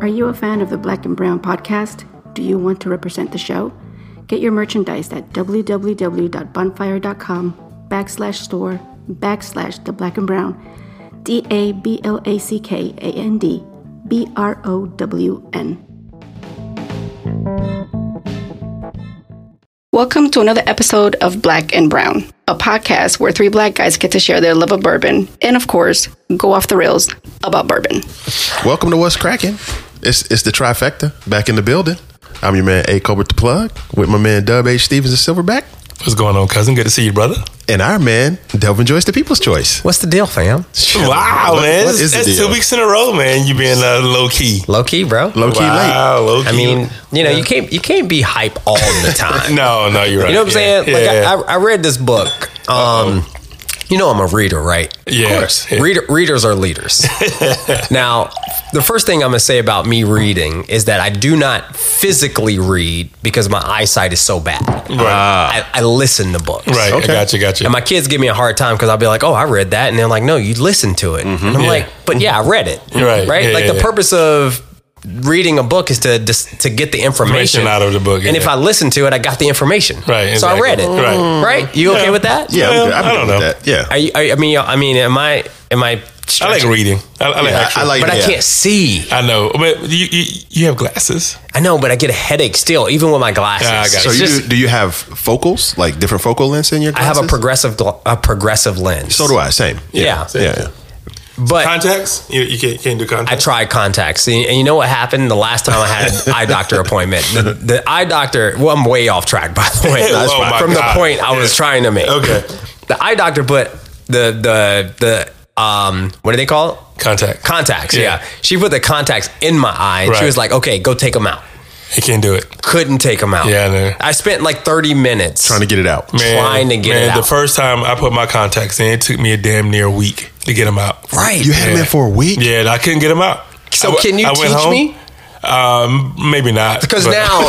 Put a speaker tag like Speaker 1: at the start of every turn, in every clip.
Speaker 1: Are you a fan of the Black and Brown podcast? Do you want to represent the show? Get your merchandise at www.bonfire.com backslash store backslash the black and brown D A B L A C K A N D B R O W N. Welcome to another episode of Black and Brown, a podcast where three black guys get to share their love of bourbon and, of course, go off the rails about bourbon.
Speaker 2: Welcome to What's Cracking. It's it's the trifecta back in the building. I'm your man A Colbert the Plug with my man Dub H Stevens the Silverback
Speaker 3: What's going on, cousin? Good to see you, brother.
Speaker 2: and our man Delvin Joyce the People's Choice.
Speaker 4: What's the deal,
Speaker 3: Wow,
Speaker 4: fam?
Speaker 2: What-
Speaker 3: man.
Speaker 2: what
Speaker 3: That's-
Speaker 2: is the
Speaker 3: that's
Speaker 2: deal?
Speaker 3: two weeks in a row, man. You being uh, low key.
Speaker 4: Low key, bro.
Speaker 2: Low key late.
Speaker 3: Wow, low key.
Speaker 4: I mean, you know, you can't you can't be hype all the time.
Speaker 3: no, no, you're right.
Speaker 4: You know what I'm saying?
Speaker 3: Yeah,
Speaker 4: Like
Speaker 3: yeah.
Speaker 4: I, I read this book. Um, you know, I'm a reader, right?
Speaker 3: Yeah. Yeah.
Speaker 4: Reader, readers are leaders. now, the first thing I'm going to say about me reading is that I do not physically read because my eyesight is so bad.
Speaker 3: Right.
Speaker 4: I, I listen to books.
Speaker 3: right.
Speaker 2: Okay.
Speaker 3: I got you. Got you.
Speaker 4: And my kids give me a hard time because I'll be like, "Oh, I read that," and they're like, "No, you listened to it." and I'm like, "But yeah, I read it."
Speaker 3: Mm-hmm. Right.
Speaker 4: Right.
Speaker 3: Yeah,
Speaker 4: like
Speaker 3: yeah,
Speaker 4: the
Speaker 3: yeah.
Speaker 4: purpose of reading a book is to just to get the information,
Speaker 3: Information out of the book,
Speaker 4: And
Speaker 3: yeah.
Speaker 4: if I listen to it, I got the information.
Speaker 3: Right,
Speaker 4: So I
Speaker 3: exactly.
Speaker 4: read it.
Speaker 3: Right.
Speaker 4: Right. You okay with that?
Speaker 2: Yeah,
Speaker 3: Well,
Speaker 2: I'm good. I'm
Speaker 3: I
Speaker 2: good
Speaker 3: don't
Speaker 2: with
Speaker 3: know.
Speaker 2: That. Yeah,
Speaker 4: Are you, are, you- I mean, I mean, am I am I?
Speaker 3: I like
Speaker 4: stretching?
Speaker 3: reading. I, I like.
Speaker 2: Yeah, I-
Speaker 3: actual-
Speaker 2: I like-
Speaker 4: but I
Speaker 2: yeah.
Speaker 4: can't see.
Speaker 3: I know, but you you, you have glasses.
Speaker 4: I know, but I get a headache still, even with my glasses.
Speaker 3: Yeah, Ah, I got it.
Speaker 2: So
Speaker 4: It's
Speaker 2: you
Speaker 4: just-
Speaker 2: do, do you have focals like different focal lengths in your?
Speaker 4: I have
Speaker 2: Glasses?
Speaker 4: a progressive gl- a progressive lens.
Speaker 2: So do I. Same.
Speaker 4: Yeah.
Speaker 2: Yeah. yeah.
Speaker 4: But
Speaker 3: Contacts? You, you can't, can't do
Speaker 4: I
Speaker 3: contacts.
Speaker 4: tried contacts, and and you know what happened the last time I had an eye doctor appointment. The, the eye doctor. Well, I'm way off track, by the way.
Speaker 3: That's Oh fine. my
Speaker 4: From
Speaker 3: God.
Speaker 4: the point I was trying to make.
Speaker 3: okay.
Speaker 4: The eye doctor, but the the the um, what do they call it?
Speaker 3: Contact.
Speaker 4: Contacts. Yeah.
Speaker 3: Yeah.
Speaker 4: She put the contacts in my eye, and she
Speaker 3: Right.
Speaker 4: was like, "Okay, go take them out."
Speaker 3: you can't do it.
Speaker 4: Couldn't take them out.
Speaker 3: Yeah, I know.
Speaker 4: I spent like 30 minutes
Speaker 2: Trying to get it out.
Speaker 4: Trying to get
Speaker 3: man,
Speaker 4: it
Speaker 3: The
Speaker 4: out.
Speaker 3: first time I put my contacts in, it took me a damn near week to get them out.
Speaker 4: Right.
Speaker 2: You had him
Speaker 3: Yeah.
Speaker 2: in for a week.
Speaker 3: Yeah, and I couldn't get them out.
Speaker 4: So
Speaker 3: I w-
Speaker 4: can you
Speaker 3: I went
Speaker 4: teach
Speaker 3: home.
Speaker 4: me?
Speaker 3: Um, maybe not.
Speaker 4: Because
Speaker 3: but-
Speaker 4: now,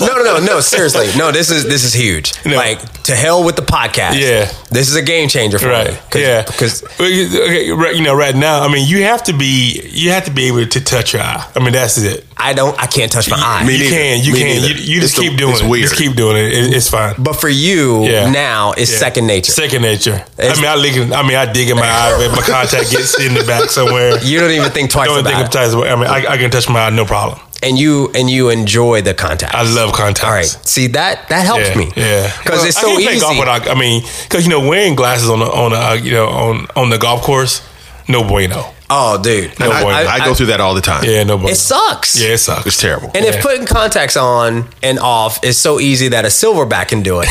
Speaker 4: no, no, no, no. Seriously, no. This is this is huge.
Speaker 3: No.
Speaker 4: Like to hell with the podcast.
Speaker 3: Yeah.
Speaker 4: this is a game changer for me.
Speaker 3: right?
Speaker 4: 'Cause-
Speaker 3: yeah,
Speaker 4: because
Speaker 3: Well, you- okay, right, you know, right now, I mean, you have to be, you have to be able to touch your eye. I mean, that's it.
Speaker 4: I don't, I can't touch my eye.
Speaker 2: Me
Speaker 3: you
Speaker 2: neither.
Speaker 3: can, you
Speaker 2: Me
Speaker 3: can, you,
Speaker 2: neither.
Speaker 3: you
Speaker 2: It's
Speaker 3: just
Speaker 2: the-
Speaker 3: keep doing
Speaker 2: it's
Speaker 3: it.
Speaker 2: weird.
Speaker 3: Just keep doing it. It- It's fine.
Speaker 4: But for you
Speaker 3: Yeah.
Speaker 4: now, it's
Speaker 3: Yeah.
Speaker 4: second nature.
Speaker 3: Second nature.
Speaker 4: It's-
Speaker 3: I mean, I dig. I mean, I dig in my eye. but My contact gets in the back somewhere.
Speaker 4: you don't even think twice
Speaker 3: Don't
Speaker 4: about
Speaker 3: think
Speaker 4: it.
Speaker 3: of touch. I mean, I, I can touch my eye, no problem.
Speaker 4: and you and you enjoy the contact.
Speaker 3: I love contacts.
Speaker 4: All right, see that that helps
Speaker 3: Yeah,
Speaker 4: me.
Speaker 3: Yeah,
Speaker 4: because it's
Speaker 3: I
Speaker 4: so
Speaker 3: can't play
Speaker 4: easy.
Speaker 3: Golf without, I mean, because you know, wearing glasses on the on the uh, you know on on the golf course, no bueno.
Speaker 4: oh, dude,
Speaker 3: No
Speaker 2: I,
Speaker 3: bueno.
Speaker 2: I go through that all the time.
Speaker 3: yeah, no bueno.
Speaker 4: it sucks.
Speaker 3: yeah, it sucks.
Speaker 2: It's terrible.
Speaker 4: And if putting contacts on and off is so easy that a silverback can do it,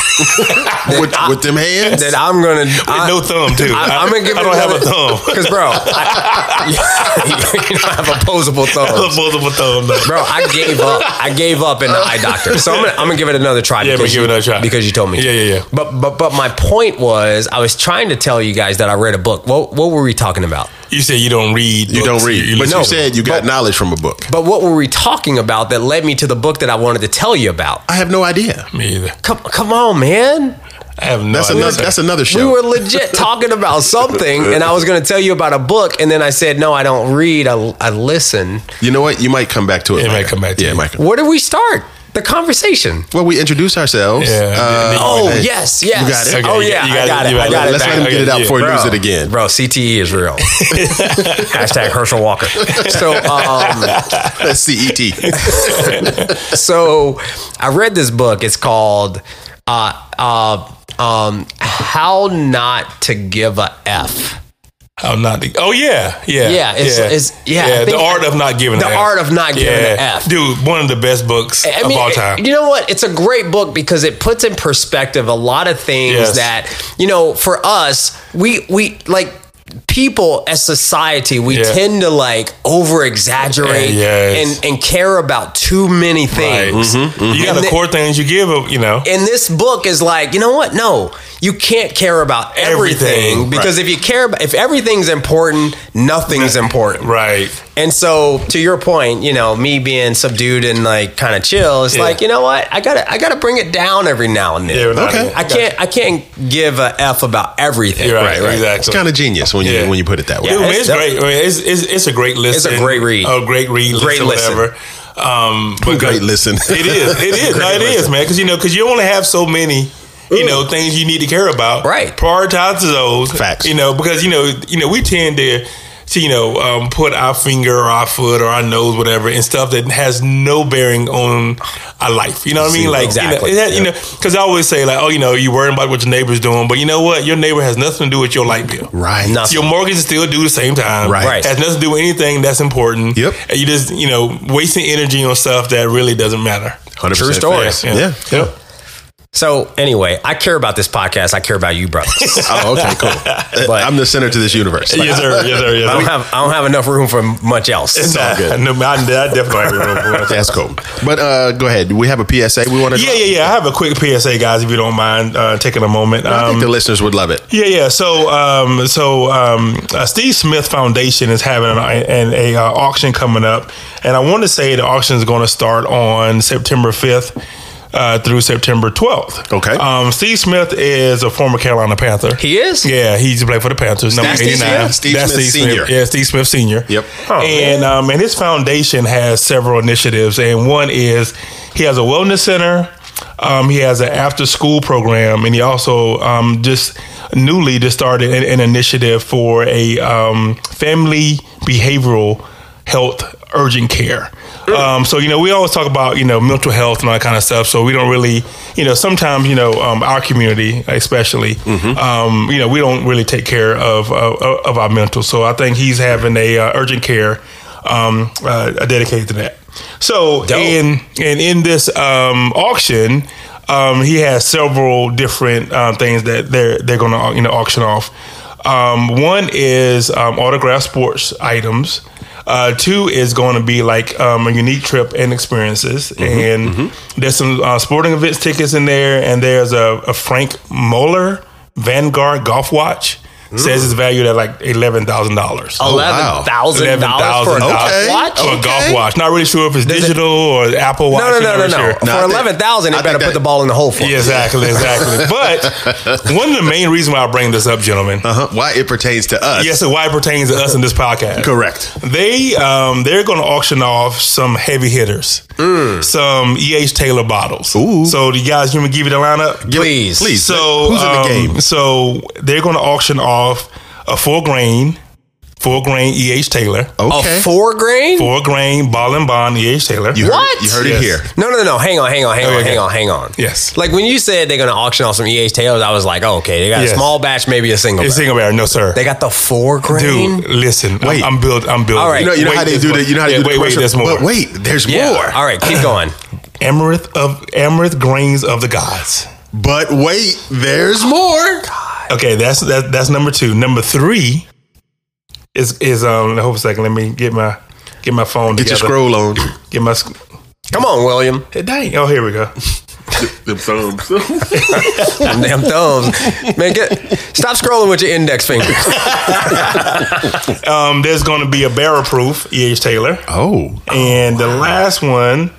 Speaker 2: with, with them hands.
Speaker 4: then I'm gonna I-
Speaker 3: no thumb too.
Speaker 4: I, am gonna give
Speaker 3: I
Speaker 4: it
Speaker 3: don't have a thumb.
Speaker 4: because, bro, I, you don't have opposable thumbs.
Speaker 3: Multiple thumb. No.
Speaker 4: Bro, I gave up. I gave up in the eye doctor. So I'm gonna, I'm gonna give it another try.
Speaker 3: Yeah, but
Speaker 4: because
Speaker 3: give
Speaker 4: you,
Speaker 3: it another try.
Speaker 4: because you told me. to.
Speaker 3: Yeah, yeah, yeah.
Speaker 4: But but but my point was, I was trying to tell you guys that I read a book. What what were we talking about?
Speaker 3: You say you don't read.
Speaker 2: You
Speaker 3: books,
Speaker 2: don't read, but
Speaker 3: listen.
Speaker 2: you said you got knowledge from a book.
Speaker 4: But what were we talking about that led me to the book that I wanted to tell you about?
Speaker 2: I have no idea.
Speaker 3: me either.
Speaker 4: Come come on, man.
Speaker 3: I have no.
Speaker 2: That's
Speaker 3: idea.
Speaker 2: another. That's another show.
Speaker 4: We were legit talking about something, and I was going to tell you about a book, and then I said, "No, I don't read. I, I listen."
Speaker 2: You know what? You might come back to it.
Speaker 3: It might
Speaker 2: later.
Speaker 3: come back to
Speaker 2: yeah,
Speaker 3: it.
Speaker 2: might come-
Speaker 4: Where do we start the conversation?
Speaker 2: Well, we introduce ourselves.
Speaker 3: Yeah.
Speaker 2: Uh,
Speaker 4: Oh
Speaker 2: hey,
Speaker 4: yes, yes.
Speaker 2: You got it.
Speaker 3: Okay,
Speaker 4: oh
Speaker 3: you-
Speaker 4: yeah,
Speaker 3: you
Speaker 4: I
Speaker 3: got
Speaker 4: got
Speaker 3: it,
Speaker 4: it.
Speaker 3: you
Speaker 4: I
Speaker 3: got
Speaker 4: got
Speaker 3: it.
Speaker 4: it.
Speaker 2: Let's
Speaker 4: back.
Speaker 2: let him get
Speaker 3: Okay,
Speaker 2: it out
Speaker 3: yeah.
Speaker 2: before he
Speaker 4: Bro,
Speaker 2: loses it again.
Speaker 4: Bro, CTE is real. Hashtag Herschel Walker. So, um,
Speaker 2: That's E CET.
Speaker 4: so I read this book. It's called uh, uh, um, "How Not to Give a F."
Speaker 3: I'm not. The, oh yeah, yeah,
Speaker 4: Yeah, it's- it's- yeah, I
Speaker 3: the
Speaker 4: think-
Speaker 3: art of not giving.
Speaker 4: The
Speaker 3: an F.
Speaker 4: art of not giving an F.
Speaker 3: dude. One of the best books
Speaker 4: I
Speaker 3: of
Speaker 4: mean,
Speaker 3: all time.
Speaker 4: you know what? It's a great book because it puts in perspective a lot of things
Speaker 3: Yes.
Speaker 4: that you know. For us, we we like people as society we
Speaker 3: Yeah.
Speaker 4: tend to like over exaggerate
Speaker 3: Yeah, yes.
Speaker 4: and and care about too many
Speaker 3: Right. Mm-hmm,
Speaker 4: things.
Speaker 3: You got the core things you give. You know,
Speaker 4: And this book is like, you know what? No, you can't care about everything,
Speaker 3: Everything,
Speaker 4: because
Speaker 3: right.
Speaker 4: if you care about if everything's important, nothing's important.
Speaker 3: Right.
Speaker 4: And so, to your point, you know, me being subdued and like kind of chill, it's
Speaker 3: Yeah.
Speaker 4: like you know what, I gotta I gotta bring it down every now and
Speaker 3: Yeah,
Speaker 4: then.
Speaker 3: we're not-
Speaker 2: Okay.
Speaker 4: I can't I can't give a f about everything.
Speaker 3: You're right,
Speaker 2: It's
Speaker 3: Exactly.
Speaker 2: kind of genius when you
Speaker 3: Yeah.
Speaker 2: when you put it that way.
Speaker 4: Yeah.
Speaker 3: Dude, man,
Speaker 4: it's
Speaker 3: it's,
Speaker 4: def-
Speaker 3: great. I mean, it's, it's, it's a great listen.
Speaker 4: great read.
Speaker 3: A great read.
Speaker 4: Great
Speaker 3: Great listen.
Speaker 4: listen.
Speaker 3: Whatever. Um,
Speaker 2: Great listen.
Speaker 3: It is. It is. no, it is, man. Because you know, because you only have so many. You know things you need to care about.
Speaker 4: Right.
Speaker 3: Prioritize those.
Speaker 2: Facts.
Speaker 3: You know because you know you know we tend to. To, you know, um, put our finger or our foot or our nose, whatever, and stuff that has no bearing on our life. You know what I mean?
Speaker 4: Zero.
Speaker 3: Like,
Speaker 4: Exactly.
Speaker 3: you know, it has, you know, because I always say, like, oh, you know, you worrying about what your neighbor's doing, but you know what? Your neighbor has nothing to do with your light bill.
Speaker 2: Right.
Speaker 4: Nothing.
Speaker 3: Your mortgage is still due the same time.
Speaker 2: Right.
Speaker 4: Right.
Speaker 3: Has nothing to do with anything that's important.
Speaker 2: Yep.
Speaker 3: And you just, you know, wasting energy on stuff that really doesn't matter.
Speaker 2: 100%
Speaker 4: True story.
Speaker 2: facts.
Speaker 3: Yeah.
Speaker 2: Yeah. yeah.
Speaker 3: Yep.
Speaker 4: So anyway, I care about this podcast. I care about you, brothers.
Speaker 2: Oh, okay, cool.
Speaker 4: But-
Speaker 2: I'm the center to this universe. Like,
Speaker 3: yes, sir. Yes, sir.
Speaker 4: I
Speaker 3: Yes,
Speaker 4: don't
Speaker 3: sir.
Speaker 4: have I don't have enough room for much else. So-
Speaker 3: Nah,
Speaker 2: good.
Speaker 3: No, I, I definitely agree with that.
Speaker 2: That's cool. But uh, go ahead. Do we have a PSA we want to
Speaker 3: Yeah, yeah, yeah. I have a quick PSA, guys, if you don't mind uh, taking a moment.
Speaker 2: I think
Speaker 3: Um,
Speaker 2: the listeners would love it.
Speaker 3: Yeah, yeah. So, um, so um, uh, Steve Smith Foundation is having an, an a uh, auction coming up, and I want to say the auction is going to start on September fifth. Uh, through September 12th.
Speaker 2: Okay.
Speaker 3: Um, Steve Smith is a former Carolina Panther.
Speaker 4: He is?
Speaker 3: Yeah, he's played for the Panthers. Number
Speaker 4: That's Steve
Speaker 3: 89.
Speaker 2: Smith? Steve Smith Senior.
Speaker 3: Yeah, Steve Smith Senior.
Speaker 2: Yep.
Speaker 4: Oh,
Speaker 3: and um, and his foundation has several initiatives, and one is he has a wellness center. Um, he has an after-school program, and he also um, just newly just started an, an initiative for a um, family behavioral health urgent care. Um, so you know, we always talk about you know mental health and all that kind of stuff. So we don't really, you know, sometimes you know um, our community, especially, um, you know, we don't really take care of of, of our mental. So I think he's having a uh, urgent care um, uh, dedicated to that. So in and in this um, auction. Um, he has several different uh, things that they're they're going to you know auction off. Um, one is um, autographed sports items. Uh, two is going to be like um, a unique trip and experiences,
Speaker 4: Mm-hmm,
Speaker 3: and there's some uh, sporting events tickets in there, and there's a, a Frank Moeller Vanguard golf watch.
Speaker 4: Mm.
Speaker 3: Says it's valued at like eleven thousand dollars.
Speaker 4: Oh, Eleven thousand dollars for a golf
Speaker 2: Okay.
Speaker 4: watch.
Speaker 3: For a golf watch. Not really sure if it's digital or Apple Watch.
Speaker 4: No, no,
Speaker 3: I'm
Speaker 4: no, no,
Speaker 3: not
Speaker 4: no.
Speaker 3: sure.
Speaker 4: For
Speaker 2: No, I think-
Speaker 4: eleven thousand,
Speaker 2: I
Speaker 4: they
Speaker 2: think
Speaker 4: better
Speaker 2: that-
Speaker 4: put the ball in the hole for.
Speaker 3: Yeah,
Speaker 4: it.
Speaker 3: exactly, exactly. but one of the main reasons why I bring this up, gentlemen,
Speaker 2: Uh-huh. Why it pertains to us.
Speaker 3: yes, it why it pertains to us in this podcast.
Speaker 2: Correct.
Speaker 3: They um, they're going to auction off some heavy hitters, some E. H. Taylor bottles.
Speaker 2: Mm. Ooh.
Speaker 3: So the guys, you want me to give you the lineup?
Speaker 2: Give it-
Speaker 4: Please.
Speaker 2: Please.
Speaker 3: So
Speaker 2: who's in the
Speaker 3: um,
Speaker 2: game?
Speaker 3: So they're going to auction off a four grain, four grain E. H. Taylor,
Speaker 2: Okay.
Speaker 4: A four grain?
Speaker 3: four grain ball and bond E. H. Taylor.
Speaker 2: You heard,
Speaker 4: What?
Speaker 2: You heard
Speaker 3: Yes.
Speaker 2: it here.
Speaker 4: No, no, no. Hang on, hang on, hang on,
Speaker 3: Okay, okay.
Speaker 4: hang on, hang on.
Speaker 3: Yes.
Speaker 4: Like when you said they're going to auction off some EH Taylors, I was like, oh, okay, they got a
Speaker 3: Yes.
Speaker 4: small batch, maybe a single.
Speaker 3: It's
Speaker 4: batch.
Speaker 3: single barrel, no sir.
Speaker 4: They got the four grain.
Speaker 3: Dude, listen. I'm-
Speaker 2: Wait.
Speaker 3: I'm, build. I'm building.
Speaker 4: All right.
Speaker 2: You know, you know
Speaker 3: Wait,
Speaker 2: how they
Speaker 3: there's
Speaker 2: do
Speaker 3: more.
Speaker 2: the you know how they
Speaker 3: Yeah,
Speaker 2: do the
Speaker 3: wait, wait,
Speaker 2: commercial?
Speaker 3: there's more.
Speaker 2: But wait, there's
Speaker 4: Yeah.
Speaker 2: more.
Speaker 4: All right, keep going.
Speaker 3: Amaranth of Amaranth grains of the gods.
Speaker 2: But wait, there's more.
Speaker 3: Okay, that's that, that's number two. Number three is is um. Hold a second. Let me get my get my phone.
Speaker 2: Get your
Speaker 3: together.
Speaker 2: scroll on.
Speaker 3: Get my. sc-
Speaker 4: Come on, William.
Speaker 3: Hey, dang. Oh, here we go.
Speaker 2: Them thumbs. All
Speaker 4: Them damn thumbs. Man, get stop scrolling with your index finger.
Speaker 3: Um, there's going to be a barrel proof E H Taylor,
Speaker 2: Oh.
Speaker 3: and the last one.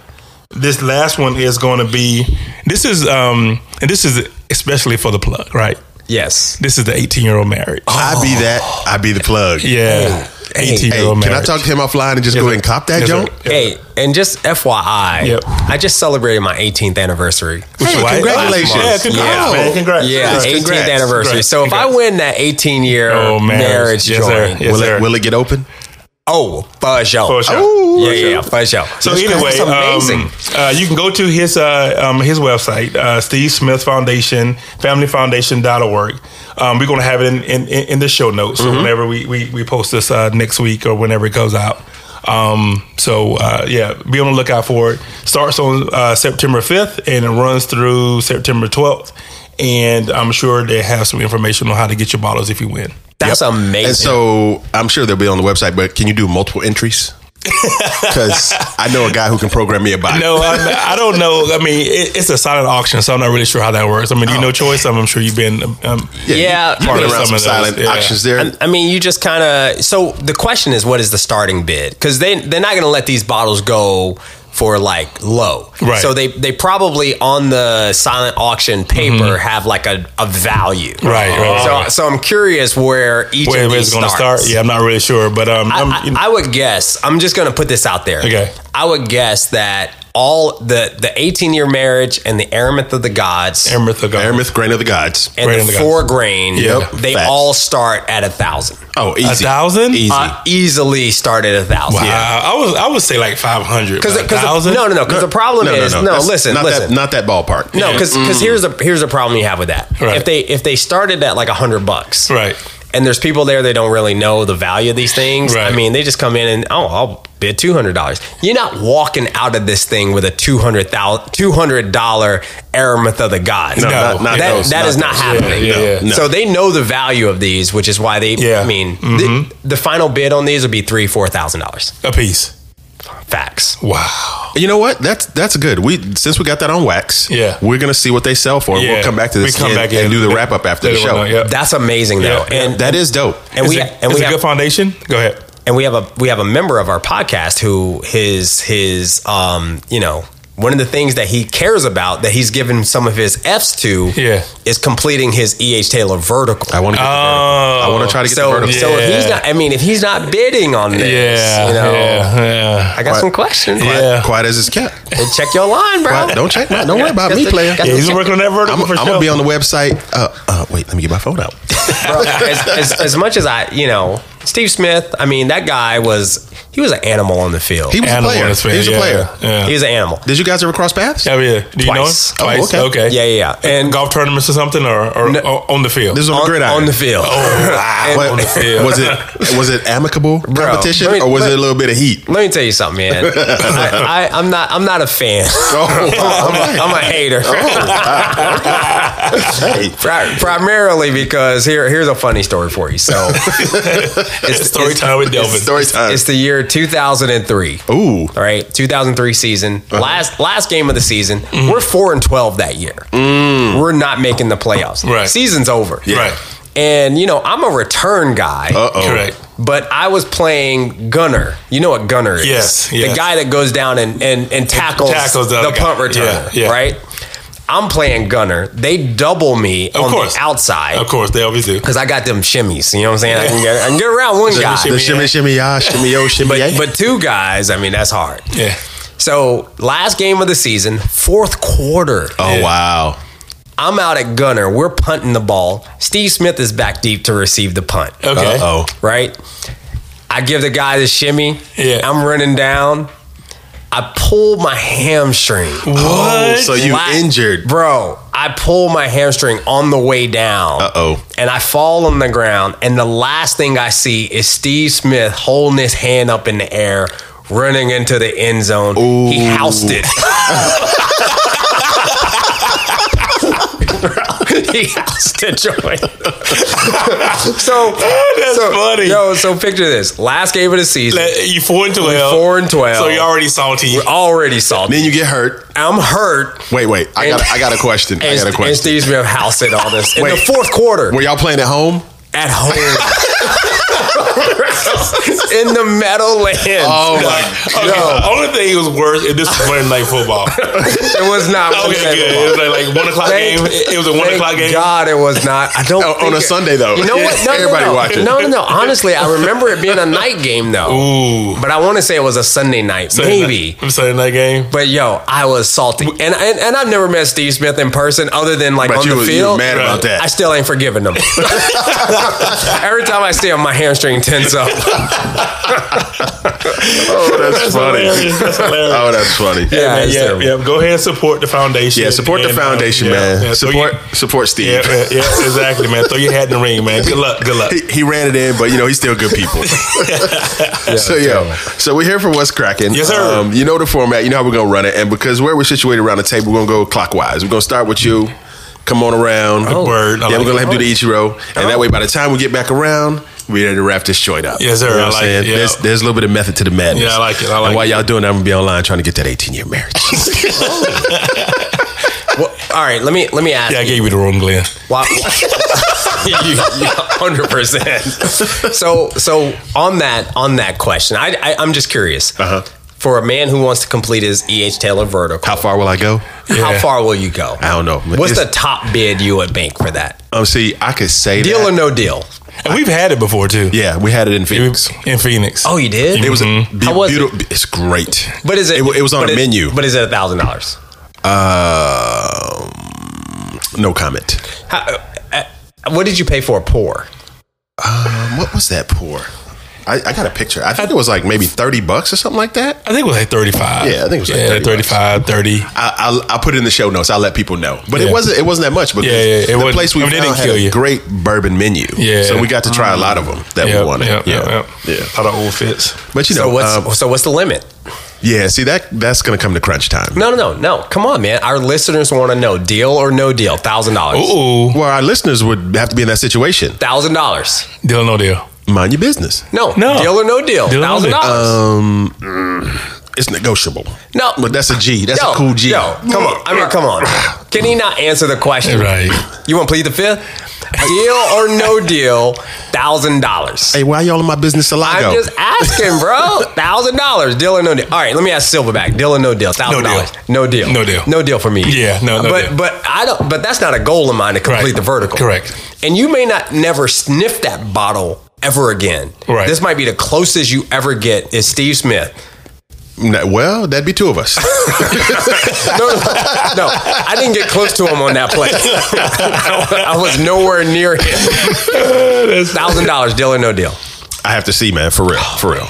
Speaker 3: This last one is going to be. This is um, and this is especially for the plug, right?
Speaker 4: Yes.
Speaker 3: This is the 18 year old marriage.
Speaker 2: I be that. I be the plug.
Speaker 3: Yeah,
Speaker 2: Oh,
Speaker 3: 18
Speaker 2: Hey,
Speaker 3: year old
Speaker 2: can
Speaker 3: marriage.
Speaker 2: I talk to him offline and just go ahead and cop that,
Speaker 3: Yes,
Speaker 2: Joe?
Speaker 3: sir.
Speaker 4: Hey, and just FYI,
Speaker 3: Yep.
Speaker 4: I just celebrated my 18th anniversary.
Speaker 2: Hey,
Speaker 3: Right?
Speaker 2: congratulations.
Speaker 3: Yeah, congrats,
Speaker 2: Yeah.
Speaker 3: man. Congrats.
Speaker 4: Yeah,
Speaker 3: Congrats.
Speaker 4: 18th
Speaker 2: Congrats.
Speaker 4: anniversary.
Speaker 3: Congrats.
Speaker 4: So if I
Speaker 3: Congrats.
Speaker 4: win that 18 year
Speaker 3: Oh, marriage.
Speaker 4: marriage
Speaker 3: Yes, sir.
Speaker 4: joint,
Speaker 3: Yes,
Speaker 2: will,
Speaker 3: sir.
Speaker 2: it, will it get open?
Speaker 4: oh, for sure.
Speaker 3: For sure.
Speaker 4: Yeah, yeah, for sure.
Speaker 3: So anyway,
Speaker 4: that's amazing.
Speaker 3: um, uh, you can go to his uh, um, his website, uh, Steve Smith Foundation, FamilyFoundation.org. Um, we're going to have it in, in, in the show notes whenever we, we, we post this uh, next week or whenever it goes out. Um, so uh, yeah, be on the lookout for it. Starts on uh, September 5th and it runs through September 12th. And I'm sure they have some information on how to get your bottles if you win.
Speaker 4: that's amazing.
Speaker 2: And so I'm sure they'll be on the website, but can you do multiple entries? Because I know a guy who can program me a bot.
Speaker 3: No, I, I don't know. I mean, it, it's a silent auction, so I'm not really sure how that works. I mean,
Speaker 2: Oh.
Speaker 3: you know, choice. I'm, I'm sure you've been. Um,
Speaker 4: Yeah.
Speaker 2: You've
Speaker 3: Part
Speaker 2: been around
Speaker 3: of some
Speaker 2: some
Speaker 3: of those,
Speaker 2: silent
Speaker 3: yeah.
Speaker 2: auctions there.
Speaker 4: I mean, you just kind of. So the question is, what is the starting bid? Because they they're not going to let these bottles go for like low.
Speaker 3: Right.
Speaker 4: So they they probably on the silent auction paper have like a, a value.
Speaker 3: Mm-hmm. Right, right,
Speaker 4: so
Speaker 3: right.
Speaker 4: so I'm curious where each
Speaker 3: Where
Speaker 4: of
Speaker 3: where it's
Speaker 4: these
Speaker 3: going to start?
Speaker 4: starts.
Speaker 3: Yeah, I'm not really sure, but um, I'm,
Speaker 4: I, I, I would guess. I'm just going to put this out there.
Speaker 3: Okay.
Speaker 4: I would guess that all the the 18 year marriage and the Aramith of the Gods
Speaker 3: Aramith of God.
Speaker 2: Aramith, grain of the gods.
Speaker 4: and
Speaker 3: Grain
Speaker 4: the,
Speaker 3: of the Gods.
Speaker 4: four grain,
Speaker 2: Yep.
Speaker 4: they
Speaker 2: Facts.
Speaker 4: all start at a thousand.
Speaker 2: Oh, easy.
Speaker 3: A thousand?
Speaker 2: Easy.
Speaker 4: I easily start at a thousand.
Speaker 3: Wow. I was I would say like five hundred.
Speaker 4: Because because
Speaker 3: thousand.
Speaker 4: no no no because the problem is no,
Speaker 2: That's
Speaker 4: listen
Speaker 2: not
Speaker 4: listen
Speaker 2: That, not that ballpark.
Speaker 4: no because here's a here's a problem you have with that
Speaker 3: Mm. Right.
Speaker 4: if they if they started at like a hundred bucks
Speaker 3: Right.
Speaker 4: and there's people there that don't really know the value of these things
Speaker 3: Right.
Speaker 4: I mean they just come in and oh I'll bid two hundred dollars you're not walking out of this thing with a two hundred thousand two hundred dollar Aramith of the gods
Speaker 2: No,
Speaker 3: not- not
Speaker 4: that,
Speaker 2: those,
Speaker 4: that
Speaker 2: not
Speaker 4: is not
Speaker 2: those.
Speaker 4: happening
Speaker 3: Yeah, yeah, yeah.
Speaker 4: so they know the value of these which is why they
Speaker 3: Yeah. Mm-hmm.
Speaker 4: I mean the, the final bid on these would be three four thousand dollars
Speaker 3: A piece.
Speaker 4: facts
Speaker 3: Wow.
Speaker 2: You know what? That's that's good. We since we got that on wax,
Speaker 3: Yeah.
Speaker 2: we're gonna see what they sell for.
Speaker 3: Yeah.
Speaker 2: We'll come back to
Speaker 3: We
Speaker 2: this
Speaker 3: come
Speaker 2: and,
Speaker 3: back
Speaker 2: and
Speaker 3: in
Speaker 2: do the
Speaker 3: later
Speaker 2: wrap up after the
Speaker 3: Later
Speaker 2: show.
Speaker 3: on, yeah.
Speaker 4: That's amazing, though,
Speaker 3: Yeah.
Speaker 4: and
Speaker 2: That is dope.
Speaker 4: and
Speaker 3: Is
Speaker 4: we
Speaker 3: it,
Speaker 4: and
Speaker 3: is
Speaker 4: we
Speaker 3: it
Speaker 4: have
Speaker 3: good foundation? Go ahead.
Speaker 4: and we have a we have a member of our podcast who his his um you know one of the things that he cares about that he's given some of his Fs to
Speaker 3: Yeah.
Speaker 4: is completing his E H Taylor vertical.
Speaker 2: I want to.
Speaker 3: Oh.
Speaker 2: I want to try to get the
Speaker 4: so
Speaker 2: vertical.
Speaker 4: so if he's
Speaker 3: Yeah.
Speaker 4: not. I mean, if he's not bidding on this,
Speaker 3: Yeah.
Speaker 4: you know,
Speaker 3: Yeah. Yeah.
Speaker 4: I got some questions.
Speaker 3: Yeah.
Speaker 2: Quiet as it's kept.
Speaker 4: Hey, check your line, bro.
Speaker 2: Quiet. Don't check my. Don't worry about me, player.
Speaker 4: Yeah,
Speaker 3: Yeah, he's been working on that vertical
Speaker 2: I'm,
Speaker 3: for
Speaker 2: I'm
Speaker 3: sure.
Speaker 2: gonna be on the website. Uh, uh, wait, let me get my phone out.
Speaker 4: Bro, as, as, as much as I, you know, Steve Smith. I mean, that guy was he was an animal on the field.
Speaker 2: He was a
Speaker 3: Animal
Speaker 2: player.
Speaker 3: on his face,
Speaker 2: He was a
Speaker 3: yeah,
Speaker 2: player.
Speaker 3: Yeah.
Speaker 4: he was an animal.
Speaker 2: Did you guys ever cross paths?
Speaker 3: Oh, yeah. Do you know him?
Speaker 4: Twice.
Speaker 2: Oh,
Speaker 3: Twice.
Speaker 2: okay.
Speaker 3: okay.
Speaker 4: Yeah, yeah, yeah.
Speaker 3: And
Speaker 4: And
Speaker 3: golf tournaments or something, or, or or on the field.
Speaker 2: This is on,
Speaker 4: on,
Speaker 2: the gridiron.
Speaker 4: on the field.
Speaker 3: Oh, wow.
Speaker 2: What-
Speaker 3: on the field.
Speaker 2: was it was it amicable competition
Speaker 4: let me-
Speaker 2: or was
Speaker 4: let-
Speaker 2: it a little bit of heat?
Speaker 4: Let me tell you something, man. I, I, I'm not. I'm not a fan.
Speaker 2: Oh, all right.
Speaker 4: I'm a hater.
Speaker 2: Hey.
Speaker 4: Pri- primarily because here, here's a funny story for you. So, it's,
Speaker 3: Story
Speaker 4: it's-
Speaker 3: time with Delvin.
Speaker 2: Story time.
Speaker 4: It's the year 2003.
Speaker 2: Ooh.
Speaker 4: All right, 2003 season, last last game of the season. We're four and twelve that year. We're not making the playoffs.
Speaker 3: Right.
Speaker 4: season's over.
Speaker 3: Right.
Speaker 4: And you know, I'm a return guy.
Speaker 2: Uh oh.
Speaker 3: Correct.
Speaker 4: But I was playing gunner. You know what gunner is?
Speaker 3: Yes,
Speaker 4: The
Speaker 3: yes.
Speaker 4: guy that goes down and and, and tackles,
Speaker 3: Tackles the
Speaker 4: the,
Speaker 3: other guy.
Speaker 4: punt returner,
Speaker 3: Yeah, yeah.
Speaker 4: right? I'm playing gunner. They double me on
Speaker 3: course.
Speaker 4: the outside
Speaker 3: Of course, they always do.
Speaker 4: because I got them shimmies. You know what I'm saying? I, can get, I can get around one guy,
Speaker 2: The shimmy, shimmy, ah, shimmy, yo, shimmy,
Speaker 4: but
Speaker 2: yay.
Speaker 4: but two guys. I mean, that's hard.
Speaker 3: Yeah.
Speaker 4: So last game of the season, fourth quarter.
Speaker 2: oh wow.
Speaker 4: I'm out at gunner. We're punting the ball. Steve Smith is back deep to receive the punt.
Speaker 3: Okay.
Speaker 2: Uh oh.
Speaker 4: right? I give the guy the shimmy.
Speaker 3: Yeah.
Speaker 4: I'm running down. I pull my hamstring.
Speaker 2: Oh, so you
Speaker 4: Last-
Speaker 2: injured.
Speaker 4: Bro, I pull my hamstring on the way down.
Speaker 2: Uh oh.
Speaker 4: And I fall on the ground. And the last thing I see is Steve Smith holding his hand up in the air, running into the end zone. He housed it. he housed it, Joey. so
Speaker 3: That's
Speaker 4: so,
Speaker 3: funny.
Speaker 4: Yo, so picture this. Last game of the season.
Speaker 3: That- You four and twelve.
Speaker 4: four and 12.
Speaker 3: So you already salty.
Speaker 4: already salty.
Speaker 2: Then you get hurt.
Speaker 4: I'm hurt.
Speaker 2: Wait, wait. I
Speaker 4: And-
Speaker 2: got I got a question. I
Speaker 4: And,
Speaker 2: got a
Speaker 4: and
Speaker 2: question.
Speaker 4: Steve Smith housed it all this in the
Speaker 2: Wait.
Speaker 4: fourth quarter
Speaker 2: Were y'all playing at home?
Speaker 4: at home in the Meadowlands.
Speaker 2: Oh my
Speaker 3: Okay. Only thing was worse. If this was Monday night football. okay,
Speaker 4: It was not. Monday
Speaker 3: good.
Speaker 4: Night
Speaker 3: It was
Speaker 4: Football.
Speaker 3: like, like one o'clock game. It it was a one
Speaker 4: thank
Speaker 3: o'clock game. Oh,
Speaker 4: God, it was not. I don't
Speaker 2: On- on
Speaker 4: think
Speaker 2: a
Speaker 4: it-
Speaker 2: Sunday, though.
Speaker 4: You know what? No,
Speaker 2: Everybody
Speaker 4: no, no.
Speaker 2: watching.
Speaker 4: No, no, no. Honestly, I remember it being a night game though.
Speaker 3: Ooh.
Speaker 4: But I want to say it was a Sunday night,
Speaker 3: Sunday
Speaker 4: maybe.
Speaker 3: night- Sunday night game.
Speaker 4: But yo, I was salty, and, and and I've never met Steve Smith in person other than like
Speaker 2: But
Speaker 4: on
Speaker 2: you
Speaker 4: the
Speaker 2: were- you
Speaker 4: field.
Speaker 2: were mad about
Speaker 4: Right.
Speaker 2: that.
Speaker 4: I still ain't forgiving him. Every time I see him, my hamstring tense up.
Speaker 2: Oh, that's funny.
Speaker 3: hilarious. That's hilarious.
Speaker 2: Oh, that's funny.
Speaker 4: Yeah,
Speaker 3: Yeah,
Speaker 4: it's
Speaker 3: yeah,
Speaker 4: terrible.
Speaker 3: yeah. Go ahead and support the foundation.
Speaker 2: Yeah, support the
Speaker 3: And, um,
Speaker 2: foundation,
Speaker 3: yeah,
Speaker 2: man.
Speaker 3: yeah, throw
Speaker 2: support
Speaker 3: your-
Speaker 2: support Steve.
Speaker 3: Yeah, yeah, yeah, exactly, man. Throw your hat in the ring, man. Good luck. Good luck.
Speaker 2: He, he ran it in, but you know he's still good people. so yo, so we're here for what's cracking.
Speaker 3: Yes, sir.
Speaker 2: you know the format. You know how we're gonna run it, and because where we're situated around the table, we're gonna go clockwise. We're gonna start with you. Come on around.
Speaker 3: Word. I
Speaker 2: yeah,
Speaker 3: like
Speaker 4: Oh.
Speaker 2: we're gonna
Speaker 3: it. Oh.
Speaker 2: let him do the Ichiro, and that way, by the time we get back around, We ready to wrap this joint up.
Speaker 3: Yes, sir.
Speaker 2: You know what
Speaker 3: I
Speaker 2: I'm
Speaker 3: like
Speaker 2: saying?
Speaker 3: it, yeah.
Speaker 2: There's, there's a little bit of method to the madness.
Speaker 3: Yeah, I like it, I like
Speaker 2: and while
Speaker 3: it.
Speaker 2: y'all doing that, I'm gonna be online trying to get that 18 year marriage.
Speaker 4: Well, all right, let me let me ask.
Speaker 3: Yeah, I
Speaker 4: you.
Speaker 3: gave you the room, Glenn.
Speaker 4: Wow. hundred percent. So so on that on that question, I, I I'm just curious.
Speaker 2: Uh-huh.
Speaker 4: For a man who wants to complete his E.H. Taylor vertical,
Speaker 2: How far will I go?
Speaker 4: how
Speaker 3: Yeah.
Speaker 4: far will you go?
Speaker 2: I don't know.
Speaker 4: What's
Speaker 2: It's-
Speaker 4: the top bid you would bank for that?
Speaker 2: Um, see, I could say
Speaker 4: Deal
Speaker 2: that.
Speaker 4: or no deal?
Speaker 3: And we've had it before too.
Speaker 2: Yeah, we had it in Phoenix.
Speaker 3: In Phoenix.
Speaker 4: Oh, you did.
Speaker 2: It was
Speaker 3: Mm-hmm.
Speaker 2: a be-
Speaker 4: How was it?
Speaker 2: beautiful. It's great.
Speaker 4: But is it?
Speaker 2: It, wa- was on
Speaker 4: but
Speaker 2: a
Speaker 4: it-
Speaker 2: menu.
Speaker 4: But is it a thousand dollars?
Speaker 2: Um, no comment.
Speaker 4: uh, What did you pay for a pour?
Speaker 2: Um, what was that pour? I, I got a picture. I think it was like maybe thirty bucks or something like that.
Speaker 3: I think it was like 35.
Speaker 2: Yeah, I think it was like
Speaker 3: yeah,
Speaker 2: 30 bucks.
Speaker 3: 35, 30.
Speaker 2: I, I I put it in the show notes. I'll let people know. But it
Speaker 3: Yeah.
Speaker 2: wasn't it wasn't that much. Because
Speaker 3: Yeah, yeah, it
Speaker 2: the
Speaker 3: wasn't-
Speaker 2: place we
Speaker 3: I mean, they
Speaker 2: found
Speaker 3: didn't
Speaker 2: had
Speaker 3: kill
Speaker 2: a
Speaker 3: you.
Speaker 2: great bourbon menu.
Speaker 3: Yeah.
Speaker 2: so we got to try a lot of them that
Speaker 3: Yep,
Speaker 2: we wanted.
Speaker 3: yep,
Speaker 2: yeah,
Speaker 3: yep, yep.
Speaker 2: yeah.
Speaker 3: A lot of old fits.
Speaker 2: But you know,
Speaker 4: So what's
Speaker 2: um,
Speaker 4: so what's the limit?
Speaker 2: yeah. See that that's gonna come to crunch time.
Speaker 4: No, no, no, no. Come on, man. Our listeners want to know: deal or no deal? Thousand dollars.
Speaker 3: Ooh,
Speaker 2: Well, our listeners would have to be in that situation.
Speaker 4: Thousand dollars.
Speaker 3: deal or no deal.
Speaker 2: Mind your business.
Speaker 4: No,
Speaker 3: No.
Speaker 4: deal or no deal.
Speaker 3: Deal or no
Speaker 4: Thousand
Speaker 3: deal.
Speaker 4: dollars.
Speaker 2: Um, mm, it's negotiable.
Speaker 4: No.
Speaker 2: but that's a G. That's
Speaker 4: Yo,
Speaker 2: a cool G.
Speaker 4: yo, come on. I mean, come on. Can he not answer the question?
Speaker 3: Right.
Speaker 4: You want to plead the fifth? Deal or no deal? Thousand dollars.
Speaker 2: Hey, why y'all in my business? Alago.
Speaker 4: I'm just asking, bro. Thousand dollars, deal or no deal. All right, let me ask Silverback. Deal or no deal? Thousand dollars. No deal.
Speaker 3: No deal.
Speaker 4: No deal for me.
Speaker 3: Yeah, no- no
Speaker 4: but
Speaker 3: deal.
Speaker 4: but I don't. But that's not a goal of mine to complete
Speaker 3: Right.
Speaker 4: the vertical.
Speaker 3: Correct.
Speaker 4: And you may not never sniff that bottle ever again.
Speaker 3: Right.
Speaker 4: This might be the closest you ever get is Steve Smith.
Speaker 2: No, well, that'd be two of us.
Speaker 4: No, no, no, I didn't get close to him on that play. I was nowhere near him. Thousand dollars, deal or no deal.
Speaker 2: I have to see, man, for real, for real.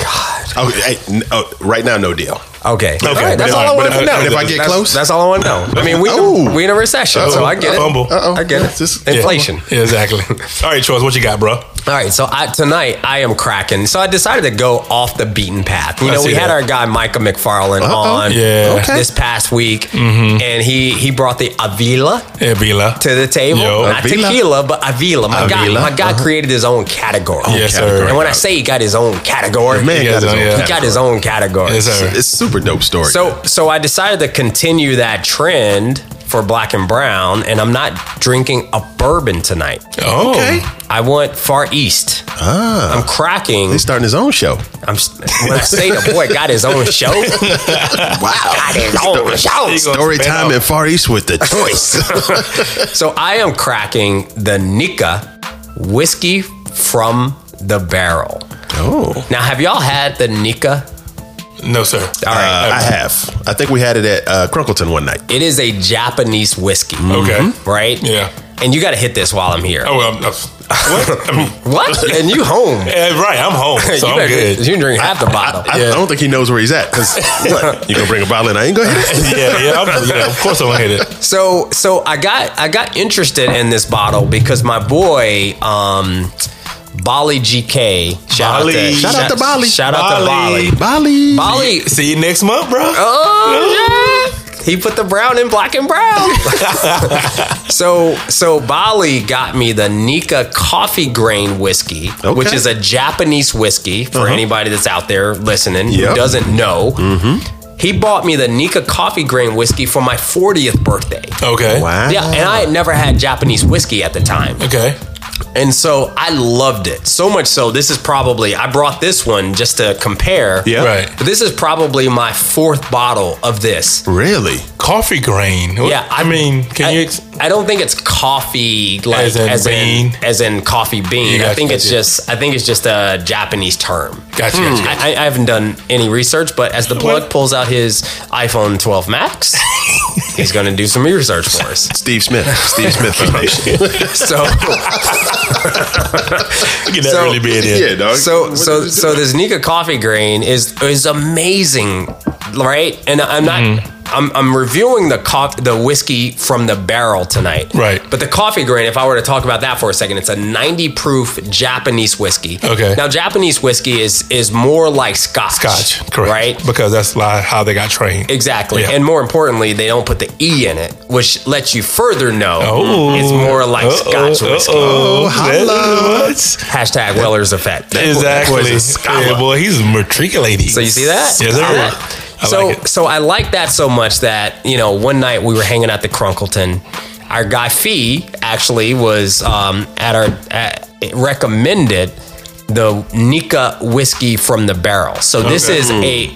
Speaker 2: Okay, hey, n- oh, right now, no deal.
Speaker 4: Okay. Okay. that's
Speaker 3: but
Speaker 4: all I
Speaker 3: if-
Speaker 4: want
Speaker 3: but
Speaker 4: to
Speaker 3: if-
Speaker 4: know.
Speaker 3: but if I Oh.
Speaker 2: get
Speaker 4: That's-
Speaker 2: close?
Speaker 4: that's all I want to know. I mean, we
Speaker 2: Ooh.
Speaker 4: we in a recession, so I get it.
Speaker 3: Uh-oh. Uh-oh.
Speaker 4: I get it.
Speaker 2: This is-
Speaker 4: Inflation.
Speaker 3: Yeah, exactly. All right, Charles, what you got, bro?
Speaker 4: All right, so I, tonight I am cracking. So I decided to go off the beaten path. You
Speaker 3: I
Speaker 4: know,
Speaker 3: see
Speaker 4: we
Speaker 3: that.
Speaker 4: had our guy Michael McFarland on
Speaker 3: Yeah. Mm-hmm. Okay.
Speaker 4: this past week, and he he brought the Avila
Speaker 3: Yeah, Vila.
Speaker 4: to the table.
Speaker 3: Yo.
Speaker 4: Not
Speaker 2: Avila.
Speaker 4: tequila, but Avila. My
Speaker 2: Avila,
Speaker 4: guy, my guy created his own category.
Speaker 3: Yes, sir.
Speaker 4: And when I say he got his own category,
Speaker 2: Man,
Speaker 4: he
Speaker 2: got his own
Speaker 3: yeah.
Speaker 2: category.
Speaker 4: got his own category.
Speaker 3: Yes, sir.
Speaker 2: It's a super dope story.
Speaker 4: So, so I decided to continue that trend for black and brown, and I'm not drinking a bourbon tonight.
Speaker 3: Oh.
Speaker 2: okay,
Speaker 4: I want Far East. I'm cracking.
Speaker 2: ah. he's starting his own show.
Speaker 4: I'm when I say the boy got his own show,
Speaker 2: Wow,
Speaker 4: got his own show.
Speaker 2: story
Speaker 3: Spin
Speaker 2: time
Speaker 3: up.
Speaker 2: in Far East with the choice.
Speaker 4: So I am cracking the Nika whiskey from the barrel.
Speaker 2: oh,
Speaker 4: Now, have y'all had the Nika?
Speaker 3: No, sir.
Speaker 4: All
Speaker 2: uh,
Speaker 4: right,
Speaker 2: I have. I think we had it at uh, Crunkleton one night.
Speaker 4: it is a Japanese whiskey, Mm-hmm.
Speaker 3: Okay. Mm-hmm.
Speaker 4: right?
Speaker 3: Yeah.
Speaker 4: And you got to hit this while I'm here.
Speaker 3: Oh, well, I'm, I'm, what? I mean,
Speaker 4: What? And you home?
Speaker 3: yeah, right, I'm home, so
Speaker 4: you
Speaker 3: I'm
Speaker 4: better-
Speaker 3: good.
Speaker 4: You can drink half the bottle.
Speaker 2: I, I don't think he knows where he's at because you gonna bring a bottle and I ain't gonna hit it.
Speaker 3: yeah, yeah, I'm, yeah, of course I'm gonna hit it.
Speaker 4: So so I got I got interested in this bottle because my boy um Bali GK shout out
Speaker 3: Bali.
Speaker 4: to
Speaker 2: Shout out to Bali.
Speaker 4: shout out to
Speaker 3: Bali.
Speaker 4: Bali
Speaker 2: Bali.
Speaker 4: Bali
Speaker 3: See you next month, bro.
Speaker 4: oh yeah he put the brown in black and brown so so Bali got me the Nika coffee grain whiskey
Speaker 2: Okay. Uh-huh.
Speaker 4: which is a Japanese whiskey for anybody that's out there listening who
Speaker 2: Yep. Mm-hmm.
Speaker 4: doesn't know he bought me the Nika coffee grain whiskey for my 40th birthday.
Speaker 3: Okay.
Speaker 2: Wow.
Speaker 4: Yeah, and I had
Speaker 2: Ah.
Speaker 4: never had Japanese whiskey at the time.
Speaker 3: Okay.
Speaker 4: And so I loved it. So much so, this is probably, I brought this one just to compare.
Speaker 2: Yeah.
Speaker 3: Right.
Speaker 4: But this is probably my fourth bottle of this.
Speaker 2: Really?
Speaker 3: Coffee grain. What-
Speaker 4: Yeah,
Speaker 3: I
Speaker 4: I-
Speaker 3: mean, can
Speaker 4: I,
Speaker 3: you? Ex-
Speaker 4: I don't think it's coffee like
Speaker 3: As
Speaker 4: as
Speaker 3: in
Speaker 4: in
Speaker 3: bean?
Speaker 4: as in coffee bean.
Speaker 3: You
Speaker 4: I
Speaker 3: got
Speaker 4: think
Speaker 3: you,
Speaker 4: it's
Speaker 3: got you.
Speaker 4: just I think it's just a Japanese term. Hmm.
Speaker 3: Gotcha, gotcha, gotcha.
Speaker 4: I, I haven't done any research, but as the plug pulls out his iPhone 12 Max, he's going to do some research for us.
Speaker 2: Steve Smith. Steve Smith Foundation.
Speaker 4: So
Speaker 3: Get that
Speaker 4: so-
Speaker 3: early bed in.
Speaker 2: yeah, dog.
Speaker 4: So so
Speaker 3: Mm-hmm.
Speaker 4: so this Nika coffee grain is is amazing, right? And I'm not I'm, I'm reviewing the coffee, the whiskey from the barrel tonight.
Speaker 3: Right.
Speaker 4: But the coffee grain, if I were to talk about that for a second, it's a 90 proof Japanese whiskey.
Speaker 3: Okay.
Speaker 4: Now Japanese whiskey is is more like Scotch.
Speaker 3: Scotch, correct?
Speaker 4: Right.
Speaker 3: Because that's li- how they got trained.
Speaker 4: Exactly.
Speaker 3: Yeah.
Speaker 4: And more importantly, they don't put the E in it, which lets you further know
Speaker 3: Oh.
Speaker 4: it's more like Scotch whiskey.
Speaker 3: Oh,
Speaker 2: holla.
Speaker 4: Hashtag Weller's effect. That boy- that boy's
Speaker 3: Exactly.
Speaker 4: a scholar.
Speaker 3: Yeah, boy, he's matriculating.
Speaker 4: So you see that?
Speaker 3: Yes, sir.
Speaker 4: All right.
Speaker 3: I
Speaker 4: so
Speaker 3: like it.
Speaker 4: so I like that so much that you know one night we were hanging at the Crunkleton. Our guy Fee actually was um, at our at, recommended the Nika whiskey from the barrel. So this is
Speaker 3: Hmm.
Speaker 4: a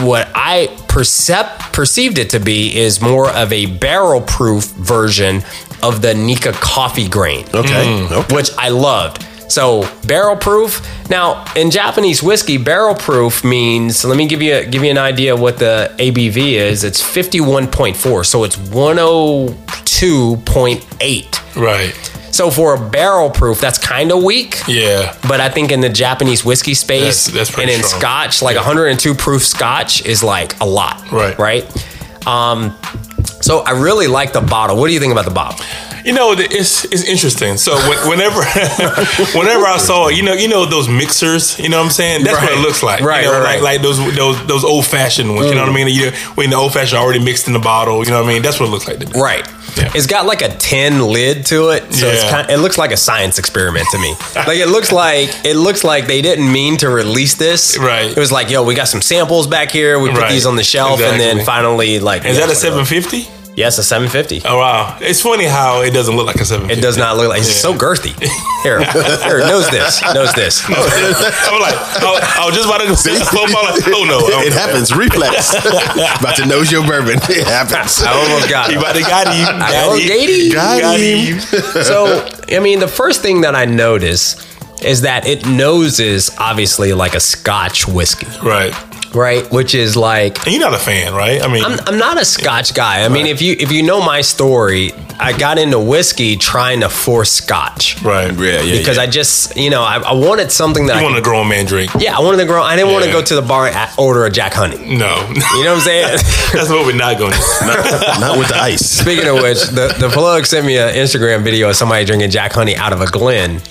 Speaker 4: what I percep perceived it to be is more of a barrel proof version of the Nika coffee grain
Speaker 2: Okay. okay.
Speaker 3: Mm-hmm.
Speaker 4: which I loved. So barrel proof. Now in Japanese whiskey, barrel proof means. Let me give you give you an idea what the ABV is. It's fifty one point four, so it's one hundred two point eight.
Speaker 3: Right.
Speaker 4: So for a barrel proof, that's kind of weak.
Speaker 3: Yeah.
Speaker 4: But I think in the Japanese whiskey space
Speaker 3: That's- that's
Speaker 4: and
Speaker 3: pretty
Speaker 4: in
Speaker 3: strong.
Speaker 4: Scotch, like 102 proof Scotch is like a lot.
Speaker 3: Right.
Speaker 4: Right. Um, so I really like the bottle. What do you think about the bottle?
Speaker 3: You know, th- it's it's interesting. So when- whenever whenever I saw, it, you know, you know those mixers, you know what I'm saying? That's what
Speaker 4: Right.
Speaker 3: it looks like.
Speaker 4: Right,
Speaker 3: You know, like,
Speaker 4: right, right.
Speaker 3: like
Speaker 4: Mm.
Speaker 3: those those those old fashioned ones, you know what I mean? You when the old fashioned already mixed in the bottle, you know what I mean? That's what it looks like to me.
Speaker 4: Right.
Speaker 3: Yeah.
Speaker 4: It's got like a tin lid to it, so it's
Speaker 3: Yeah.
Speaker 4: kind it looks like a science experiment to me. like it looks like it looks like they didn't mean to release this.
Speaker 3: Right.
Speaker 4: It was like, yo, we got some samples back here. We put
Speaker 3: Right.
Speaker 4: these on the shelf, and
Speaker 3: Exactly.
Speaker 4: then finally, like,
Speaker 3: Is that a
Speaker 4: yes, like,
Speaker 3: 750?
Speaker 4: Yes, a seven fifty.
Speaker 3: Oh wow. It's funny how it doesn't look like a 750.
Speaker 4: It does not look like it's so girthy. Here, here, knows this, knows this.
Speaker 3: Oh, I'm like, I, I was just about to go see. I'm like, oh no.
Speaker 2: It happens. Reflex. About to nose your bourbon. It happens.
Speaker 4: I almost got
Speaker 3: You
Speaker 4: it.
Speaker 3: about to got him.
Speaker 4: I
Speaker 3: Got
Speaker 4: almost
Speaker 3: him.
Speaker 4: got it.
Speaker 2: Got
Speaker 3: Got
Speaker 2: him.
Speaker 3: him.
Speaker 4: so I mean, the first thing that I notice is that it noses obviously like a Scotch whiskey,
Speaker 3: Right.
Speaker 4: right? Which is like
Speaker 3: And you're not a fan, right? I mean,
Speaker 4: I'm, I'm not a Scotch guy. I mean, if you if you know my story, I got into whiskey trying to force Scotch
Speaker 3: right.
Speaker 2: Yeah, yeah.
Speaker 4: because I just you know I, I wanted something that
Speaker 3: You
Speaker 4: I
Speaker 3: want a
Speaker 4: could-
Speaker 3: grown man drink?
Speaker 4: yeah I wanted to grow. I didn't want to
Speaker 3: Yeah.
Speaker 4: go to the bar and order a Jack Honey.
Speaker 3: No.
Speaker 4: You know what I'm saying?
Speaker 3: That's what we're not going to do.
Speaker 2: Not with the ice.
Speaker 4: Speaking of which, the, the plug sent me an Instagram video of somebody drinking Jack Honey out of a glen.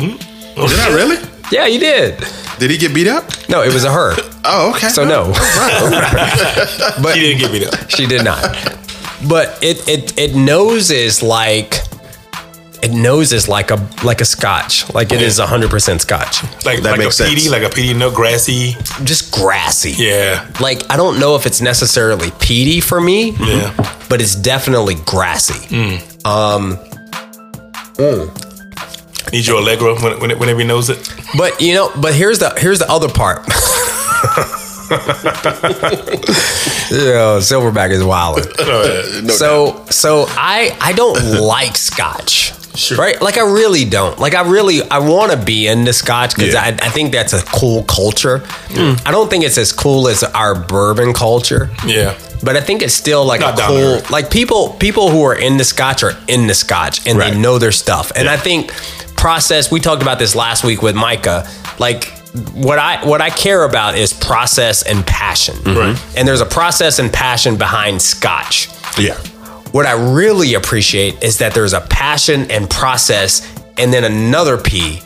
Speaker 2: Did I really?
Speaker 4: Yeah, you did.
Speaker 2: Did he get beat up?
Speaker 4: No, it was a her.
Speaker 2: Oh, okay.
Speaker 4: So no,
Speaker 3: Oh, She didn't give me that.
Speaker 4: she did not. But it it it noses like it noses like a like a Scotch. Like it is hundred percent Scotch.
Speaker 3: Like,
Speaker 2: That
Speaker 3: like
Speaker 2: makes
Speaker 3: a
Speaker 2: sense.
Speaker 3: peaty, like a peaty, no grassy.
Speaker 4: Just grassy.
Speaker 3: Yeah.
Speaker 4: Like I don't know if it's necessarily peaty for me,
Speaker 3: Yeah. Mm.
Speaker 4: but it's definitely grassy.
Speaker 3: Need your Allegro when, when, whenever he knows it.
Speaker 4: But you know, but here's the here's the other part. yeah, silverback is wild. so so I I don't like Scotch.
Speaker 3: Sure.
Speaker 4: Right? Like I really don't. Like I really I want to be into Scotch because
Speaker 2: Yeah.
Speaker 4: I, I think that's a cool culture.
Speaker 3: Hmm.
Speaker 4: I don't think it's as cool as our bourbon culture.
Speaker 3: Yeah.
Speaker 4: But I think it's still like
Speaker 3: Not
Speaker 4: a
Speaker 3: down
Speaker 4: cool,
Speaker 3: there.
Speaker 4: like people people who are in the Scotch are in the Scotch and
Speaker 2: Right.
Speaker 4: they know their stuff. And I think process. We talked about this last week with Micah. Like what I what I care about is process and passion.
Speaker 3: Right.
Speaker 4: And there's a process and passion behind Scotch.
Speaker 2: yeah.
Speaker 4: What I really appreciate is that there's a passion and process, and then another P,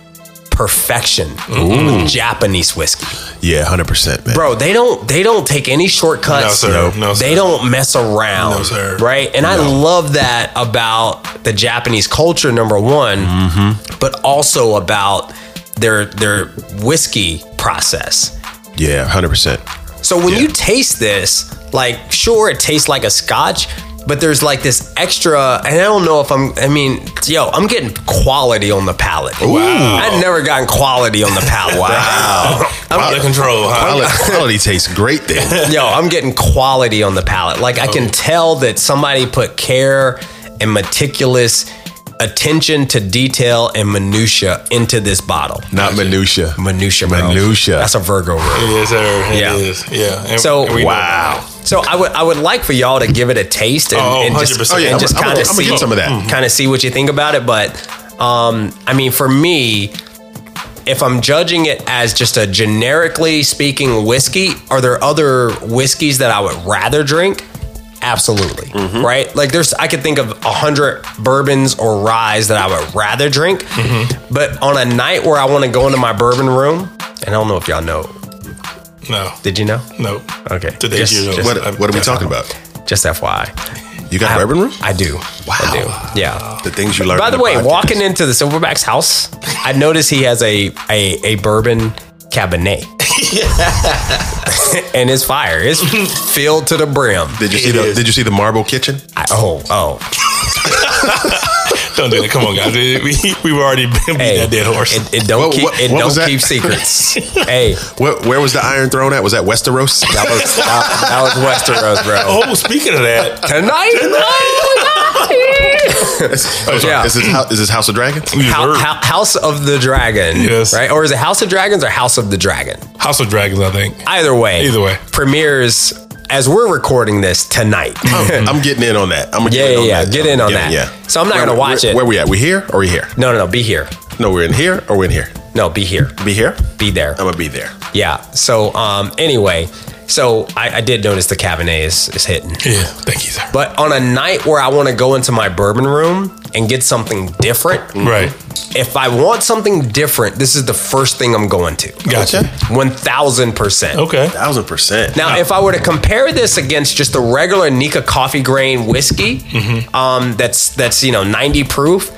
Speaker 4: perfection with Japanese whiskey.
Speaker 2: Yeah, 100%, man.
Speaker 4: Bro, they don't they don't take any shortcuts.
Speaker 3: No, sir. Nope. No,
Speaker 4: They
Speaker 3: sir.
Speaker 4: don't mess around.
Speaker 3: No, sir.
Speaker 4: Right? And I love that about the Japanese culture, number one,
Speaker 3: Mm-hmm.
Speaker 4: but also about their their whiskey process.
Speaker 2: Yeah, 100%.
Speaker 4: So when you taste this, like sure it tastes like a scotch, but there's like this extra and I don't know if I'm I mean, yo, I'm getting quality on the palate. Wow. I've never gotten quality on the palate. Wow. I'm
Speaker 3: Out of control, huh?
Speaker 2: Quality, quality tastes great then.
Speaker 4: Yo, I'm getting quality on the palate. Like I can tell that somebody put care and meticulous attention to detail and minutia into this bottle.
Speaker 2: Not minutia.
Speaker 4: Minutia, bro.
Speaker 2: Minutia.
Speaker 4: That's a Virgo word.
Speaker 3: Yes, sir. It
Speaker 4: Yeah.
Speaker 3: is. Yeah. And-
Speaker 4: So-
Speaker 3: and we know
Speaker 2: Wow.
Speaker 4: So I would I would like for y'all to give it a taste and,
Speaker 3: Oh,
Speaker 4: and just,
Speaker 3: 100%. Oh, yeah,
Speaker 4: and
Speaker 2: I'm-
Speaker 4: just
Speaker 2: I'm
Speaker 4: kind
Speaker 2: gonna-
Speaker 4: of
Speaker 2: I'm gonna
Speaker 4: see
Speaker 2: get some of that. Mm-hmm.
Speaker 4: kind of see what you think about it. But um, I mean, for me, if I'm judging it as just a generically speaking whiskey, are there other whiskeys that I would rather drink? Absolutely.
Speaker 2: Mm-hmm.
Speaker 4: Right? Like there's I could think of a hundred bourbons or ryes that I would rather drink.
Speaker 2: Mm-hmm.
Speaker 4: But on a night where I want to go into my bourbon room, and I don't know if y'all know.
Speaker 3: No.
Speaker 4: Did you know?
Speaker 3: No.
Speaker 4: Okay.
Speaker 3: Today's
Speaker 4: Just-
Speaker 3: year.
Speaker 4: just-
Speaker 2: What, what are we talking about?
Speaker 4: Just FYI.
Speaker 2: You got
Speaker 4: I-
Speaker 2: a bourbon room?
Speaker 4: I do. Wow. I do. Yeah.
Speaker 2: The things you learned.
Speaker 4: By the
Speaker 2: in
Speaker 4: way,
Speaker 2: podcast.
Speaker 4: walking into the Silverback's house, I noticed he has a a, a bourbon cabernet. and it's fire. It's filled to the brim.
Speaker 2: Did you see
Speaker 3: It
Speaker 2: the
Speaker 3: is.
Speaker 2: Did you see the marble kitchen?
Speaker 4: I, oh, oh.
Speaker 3: Don't do that. Come on, guys. We, we've already beat
Speaker 4: Hey,
Speaker 3: that dead horse.
Speaker 4: It, it don't
Speaker 2: What-
Speaker 4: keep
Speaker 2: what-
Speaker 4: it
Speaker 2: what was
Speaker 4: don't
Speaker 2: that?
Speaker 4: keep secrets. hey,
Speaker 2: Where, where was the Iron Throne at? Was that Westeros?
Speaker 4: that was that, that was Westeros, bro.
Speaker 3: oh, speaking of that,
Speaker 4: Tonight,
Speaker 2: Oh, sorry.
Speaker 4: Yeah.
Speaker 2: Is this Hou- is this House of Dragons?
Speaker 3: you've
Speaker 4: Hou-
Speaker 3: heard
Speaker 4: Hou- House of the Dragon,
Speaker 3: Yes.
Speaker 4: right? Or is it House of Dragons or House of the Dragon?
Speaker 3: House of Dragons, I think.
Speaker 4: Either way,
Speaker 3: Either way.
Speaker 4: premieres as we're recording this tonight.
Speaker 3: Oh.
Speaker 2: I'm, Oh, I'm getting in on that. I'm gonna
Speaker 4: Yeah,
Speaker 2: get in on
Speaker 4: yeah, yeah.
Speaker 2: that.
Speaker 4: Get in on
Speaker 2: Yeah,
Speaker 4: that.
Speaker 2: Yeah.
Speaker 4: So I'm not
Speaker 2: Where-
Speaker 4: gonna watch
Speaker 2: where-
Speaker 4: it.
Speaker 2: Where we at? We here or we here?
Speaker 4: No, no, no. Be here.
Speaker 2: No, we're in here or we're in here.
Speaker 4: No, be here.
Speaker 2: Be here.
Speaker 4: Be there.
Speaker 3: Oh.
Speaker 2: I'm gonna be there.
Speaker 4: Yeah. So, um, anyway, so I, I did notice the cabernet is, is hitting.
Speaker 3: Yeah. Thank you, sir.
Speaker 4: But on a night where I want to go into my bourbon room and get something different,
Speaker 3: Right.
Speaker 4: if I want something different, this is the first thing I'm going to.
Speaker 3: Gotcha.
Speaker 2: Okay.
Speaker 4: One thousand percent.
Speaker 3: Okay.
Speaker 2: Thousand percent.
Speaker 4: Now, if I were to compare this against just the regular Nika coffee grain whiskey,
Speaker 2: Mm-hmm.
Speaker 4: um, that's that's you know ninety proof,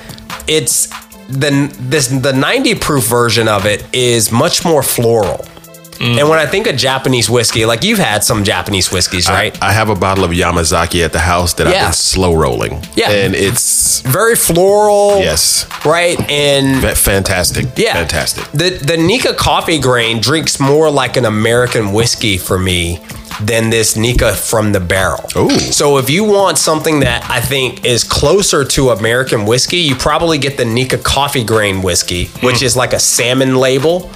Speaker 4: it's the this the ninety proof version of it is much more floral.
Speaker 2: Mm.
Speaker 4: And when I think of Japanese whiskey, like you've had some Japanese whiskeys, right?
Speaker 2: I have a bottle of Yamazaki at the house that I've
Speaker 4: Yeah.
Speaker 2: been slow rolling.
Speaker 4: Yeah.
Speaker 2: And it's
Speaker 4: Very floral,
Speaker 2: yes,
Speaker 4: right? And
Speaker 2: fa- fantastic.
Speaker 4: yeah,
Speaker 2: fantastic.
Speaker 4: The the Nika coffee grain drinks more like an American whiskey for me than this Nika from the barrel.
Speaker 2: Ooh.
Speaker 4: So if you want something that I think is closer to American whiskey, you probably get the Nika coffee grain whiskey, which
Speaker 2: Mm.
Speaker 4: is like a salmon label.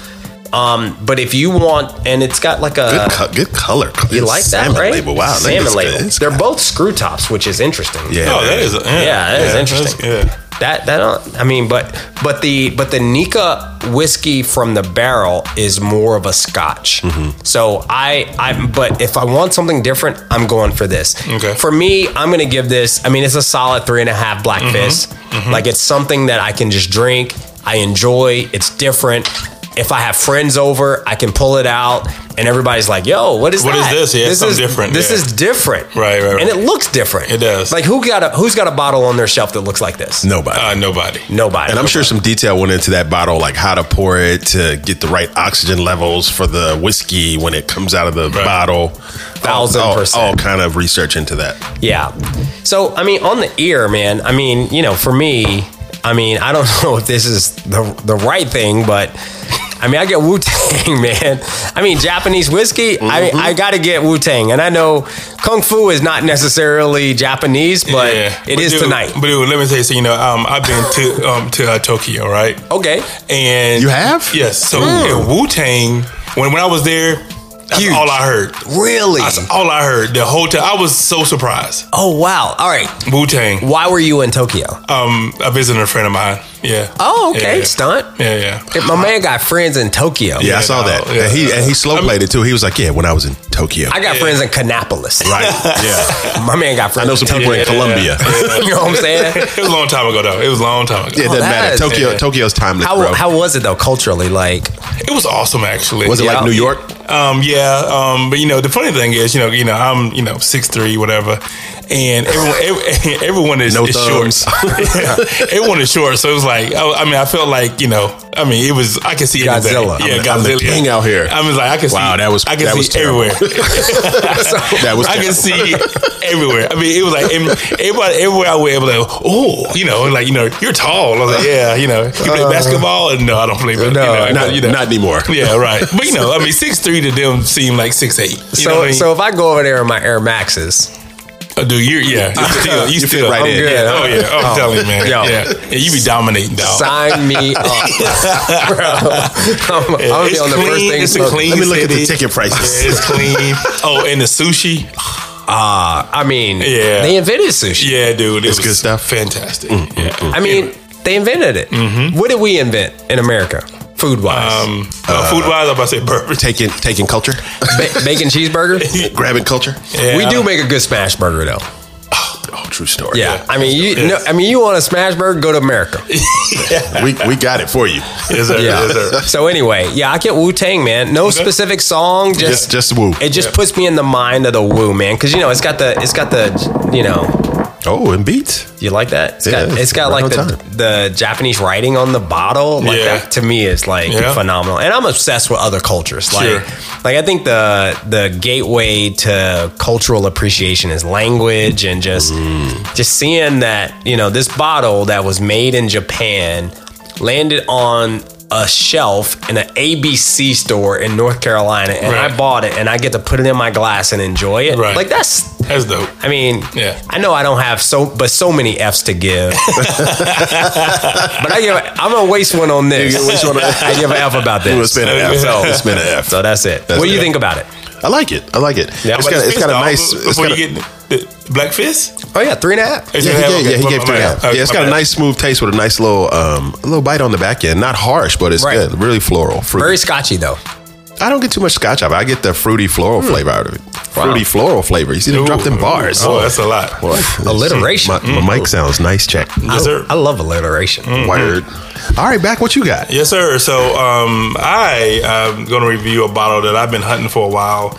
Speaker 4: Um, but if you want, and it's got like
Speaker 2: Good,
Speaker 4: a
Speaker 2: co- good color.
Speaker 4: Uh, you like
Speaker 2: salmon
Speaker 4: that, right?
Speaker 2: Label. Wow, look at
Speaker 4: salmon
Speaker 2: this guy.
Speaker 4: label.
Speaker 2: This
Speaker 4: They're
Speaker 2: guy.
Speaker 4: both screw tops, which is interesting.
Speaker 2: Yeah,
Speaker 3: Oh, that
Speaker 2: man.
Speaker 3: is. Yeah.
Speaker 4: Yeah, that is
Speaker 3: that's-
Speaker 4: interesting.
Speaker 3: yeah.
Speaker 4: That that don't, I mean, but but the but the Nika whiskey from the barrel is more of a Scotch.
Speaker 3: Mm-hmm.
Speaker 4: So I I but if I want something different, I'm going for this.
Speaker 3: Okay.
Speaker 4: For me, I'm gonna give this. I mean, it's a solid three and a half Black
Speaker 3: Mm-hmm.
Speaker 4: Fist. Like it's something that I can just drink. I enjoy. It's different. If I have friends over, I can pull it out, and everybody's like, "Yo, what is
Speaker 3: What is
Speaker 4: that?
Speaker 3: this? Yeah, it's something
Speaker 4: is
Speaker 3: different,
Speaker 4: This
Speaker 3: yeah.
Speaker 4: is different,
Speaker 3: Right, right, right.
Speaker 4: And it looks different.
Speaker 3: It does.
Speaker 4: Like who got a who's got a bottle on their shelf that looks like this?
Speaker 2: nobody.
Speaker 3: Uh, nobody.
Speaker 4: Nobody.
Speaker 2: and I'm sure some detail went into that bottle, like how to pour it to get the right oxygen levels for the whiskey when it comes out of the
Speaker 3: Right.
Speaker 2: bottle.
Speaker 4: Thousand
Speaker 2: All- all-
Speaker 4: percent.
Speaker 2: All kind of research into that.
Speaker 4: Yeah. So I mean, on the ear, man. I mean, you know, for me, I mean, I don't know if this is the the right thing, but I mean, I get Wu Tang, man. I mean, Japanese whiskey. I
Speaker 2: Mm-hmm.
Speaker 4: I got to get Wu Tang, and I know Kung Fu is not necessarily Japanese, but it is
Speaker 3: dude,
Speaker 4: tonight.
Speaker 3: But dude, let me tell you, so, you know, um, I've been to um, to uh, Tokyo, right?
Speaker 4: Okay.
Speaker 3: And
Speaker 2: You have? Hmm.
Speaker 3: Yes. So Wu Tang, when when I was there, that's
Speaker 4: Huge.
Speaker 3: all I heard.
Speaker 4: Really?
Speaker 3: That's all I heard. The whole time, I was so surprised.
Speaker 4: Oh wow. All right.
Speaker 3: Wu Tang.
Speaker 4: Why were you in Tokyo?
Speaker 2: Oh,
Speaker 3: Um, I visited a friend of mine. Yeah.
Speaker 4: Oh, okay.
Speaker 3: Yeah,
Speaker 4: Stunt.
Speaker 3: Yeah, yeah. yeah.
Speaker 4: My man got friends in Tokyo.
Speaker 2: Yeah, I saw
Speaker 3: no,
Speaker 2: that.
Speaker 3: yeah.
Speaker 2: And he and he slow played it too. He was like, "Yeah, when I was in Tokyo."
Speaker 4: I got friends in Kannapolis.
Speaker 2: right. Yeah.
Speaker 4: My man got
Speaker 2: I
Speaker 4: friends.
Speaker 2: know some people in Colombia.
Speaker 4: you know what I'm saying?
Speaker 3: It was a long time ago, though. It was a long time ago.
Speaker 2: It doesn't
Speaker 4: Oh, that
Speaker 2: matter.
Speaker 4: is-
Speaker 2: Tokyo,
Speaker 3: yeah.
Speaker 2: Tokyo's timeless,
Speaker 4: How,
Speaker 2: bro.
Speaker 4: how was it though culturally? Like,
Speaker 3: It was awesome, actually.
Speaker 2: was it
Speaker 4: Yeah.
Speaker 2: like New York?
Speaker 3: Um, yeah, um, but you know the funny thing is, you know, you know, I'm you know six three, whatever, and everyone, ev everyone is,
Speaker 2: No
Speaker 3: is
Speaker 2: thumbs.
Speaker 3: short. Yeah, everyone is short, so it was like, I, I mean, I felt like you know, I mean, it was I could see anything.
Speaker 4: Godzilla.
Speaker 3: yeah,
Speaker 2: I'm the- I'm the
Speaker 3: Godzilla,
Speaker 2: king out here.
Speaker 3: I was like, I could see,
Speaker 2: Wow, that was-
Speaker 3: I could
Speaker 2: that
Speaker 3: see
Speaker 2: was terrible.
Speaker 3: everywhere.
Speaker 2: That was
Speaker 3: I
Speaker 2: terrible.
Speaker 3: could see everywhere. I mean, it was like em- everybody, everywhere I went, it was like, oh, you know, like you know, you're tall. I was like, yeah, you know, you play basketball, and no, I don't play. No, you know,
Speaker 2: Uh, not,
Speaker 3: you know.
Speaker 2: not anymore.
Speaker 3: Yeah, right. But you know, I mean, six three to them seem like six eight. You know
Speaker 4: so
Speaker 3: what I mean?
Speaker 4: so if I go over there in my Air Maxes,
Speaker 3: Oh, dude, you're yeah, you still, you
Speaker 2: You fit
Speaker 3: still
Speaker 2: right
Speaker 3: I'm
Speaker 2: in.
Speaker 3: good.
Speaker 4: Yeah.
Speaker 3: Oh yeah, I'm telling you, man.
Speaker 4: Yo.
Speaker 3: Yeah. yeah, you be dominating, dog.
Speaker 4: sign me up, bro. I'm, I'm gonna be
Speaker 3: It's
Speaker 4: on the first
Speaker 3: clean,
Speaker 4: thing.
Speaker 3: it's a
Speaker 4: smoking.
Speaker 3: clean-
Speaker 2: Let me look at
Speaker 3: City.
Speaker 2: the ticket prices.
Speaker 3: Yeah, it's clean. Oh, and the sushi.
Speaker 4: Ah, I mean,
Speaker 3: Yeah.
Speaker 4: they invented sushi.
Speaker 3: Yeah, dude, it
Speaker 2: It's
Speaker 3: was
Speaker 2: good stuff. Mm,
Speaker 3: Fantastic. yeah. Mm-hmm.
Speaker 4: I mean, they invented it. What did we invent in America? Food wise,
Speaker 3: Um, uh, food wise, I'm about to say burgers.
Speaker 2: Taking taking culture,
Speaker 4: ba- bacon cheeseburger.
Speaker 2: grabbing culture.
Speaker 3: Yeah.
Speaker 4: We do make a good smash burger though.
Speaker 2: Oh, true story.
Speaker 4: Yeah, I mean you. No, I mean you want a smash burger? Go to America.
Speaker 2: we we got it for you.
Speaker 3: Yes, sir.
Speaker 4: Yeah.
Speaker 3: Yes, sir.
Speaker 4: so anyway, yeah, I get Wu Tang man. No specific song, just
Speaker 2: Just just woo.
Speaker 4: it just puts me in the mind of the Wu man because you know it's got the it's got the you know
Speaker 2: Oh, and beats.
Speaker 4: you like that It's
Speaker 2: Yeah,
Speaker 4: got it's got
Speaker 2: right
Speaker 4: like
Speaker 2: on
Speaker 4: the
Speaker 2: time.
Speaker 4: the Japanese writing on the bottle like
Speaker 3: Yeah.
Speaker 4: that to me is like
Speaker 3: Yeah.
Speaker 4: phenomenal and I'm obsessed with other cultures like
Speaker 3: Sure.
Speaker 4: like I think the the gateway to cultural appreciation is language and just
Speaker 2: Mm.
Speaker 4: just seeing that you know this bottle that was made in Japan landed on a shelf in an ABC store in North Carolina and I
Speaker 3: Right.
Speaker 4: bought it and I get to put it in my glass and enjoy it
Speaker 3: Right.
Speaker 4: like that's
Speaker 3: That's dope.
Speaker 4: I mean,
Speaker 3: Yeah.
Speaker 4: I know I don't have so, but so many F's to give. but I give. I'm gonna waste one on this.
Speaker 2: You gonna waste one on-
Speaker 4: I give an F about
Speaker 2: We'll
Speaker 4: this.
Speaker 2: spin an F.
Speaker 4: So-
Speaker 2: We'll spin an F.
Speaker 4: So that's it. what do you
Speaker 2: it.
Speaker 4: think about it?
Speaker 2: I like it. I like it.
Speaker 4: Yeah.
Speaker 2: it's got a- it's got a nice.
Speaker 3: Fist, dog,
Speaker 2: It's
Speaker 3: Before
Speaker 2: got a,
Speaker 3: you get the black fist,
Speaker 4: Oh yeah, three and a half.
Speaker 2: yeah, he
Speaker 3: Okay,
Speaker 2: gave, yeah, he
Speaker 3: my-
Speaker 2: gave
Speaker 3: my
Speaker 2: three and a
Speaker 3: bad.
Speaker 2: half.
Speaker 3: Okay,
Speaker 2: Yeah, it's
Speaker 3: my
Speaker 2: got a
Speaker 3: bad.
Speaker 2: nice smooth taste with a nice little um a little bite on the back end. Not harsh, but it's
Speaker 4: Right.
Speaker 2: good. Really floral, fruity.
Speaker 4: Very scotchy though.
Speaker 2: I don't get too much scotch out of it. I get the fruity floral flavor out of it. Fruity floral flavor. You see them drop them
Speaker 3: Hmm. Ooh.
Speaker 2: bars.
Speaker 3: Oh, that's Mm-hmm. a lot.
Speaker 2: Boy,
Speaker 4: Alliteration.
Speaker 2: My, my mic sounds nice. Check.
Speaker 3: Yes, sir.
Speaker 4: I love alliteration.
Speaker 2: Word. All right, back. What you got?
Speaker 3: Yes, sir. So um, I am going to review a bottle that I've been hunting for a while,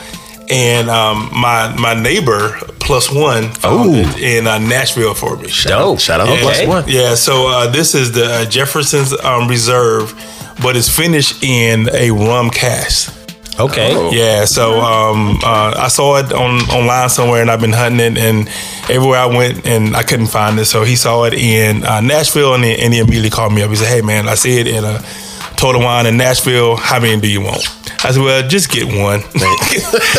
Speaker 3: and um, my my neighbor plus one found
Speaker 2: Ooh.
Speaker 3: it in uh, Nashville for me.
Speaker 4: Dope.
Speaker 2: Shout out.
Speaker 4: Okay.
Speaker 2: Plus one.
Speaker 3: Yeah, so uh, this is the uh, Jefferson's um, Reserve, but it's finished in a rum cask.
Speaker 4: Okay.
Speaker 2: Oh.
Speaker 3: Yeah, so um, uh, I saw it on online somewhere, and I've been hunting it, and everywhere I went, and I couldn't find it. So he saw it in uh, Nashville, and he, and he immediately called me up. He said, "Hey, man, I see it in a Total Wine in Nashville. How many do you want?" I said, "Well, just get one."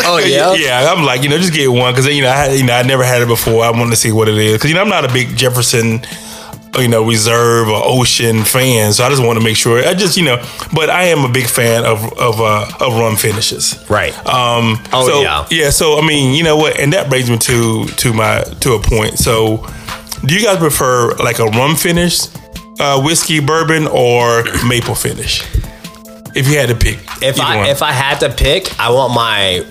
Speaker 4: Oh, yeah?
Speaker 3: yeah. I'm like, you know, just get one because you know, I had, you know, I never had it before. I wanted to see what it is because you know, I'm not a big Jefferson you know, reserve or ocean fan. So I just want to make sure. I just, you know, but I am a big fan of of uh, of rum finishes.
Speaker 4: Right.
Speaker 3: Um.
Speaker 4: Oh,
Speaker 3: so,
Speaker 4: yeah.
Speaker 3: So I mean, you know what? And that brings me to to my to a point. So, do you guys prefer like a rum finish, uh, whiskey bourbon, or maple finish? If you had to pick,
Speaker 4: If
Speaker 3: either
Speaker 4: I
Speaker 3: one.
Speaker 4: if I had to pick, I want my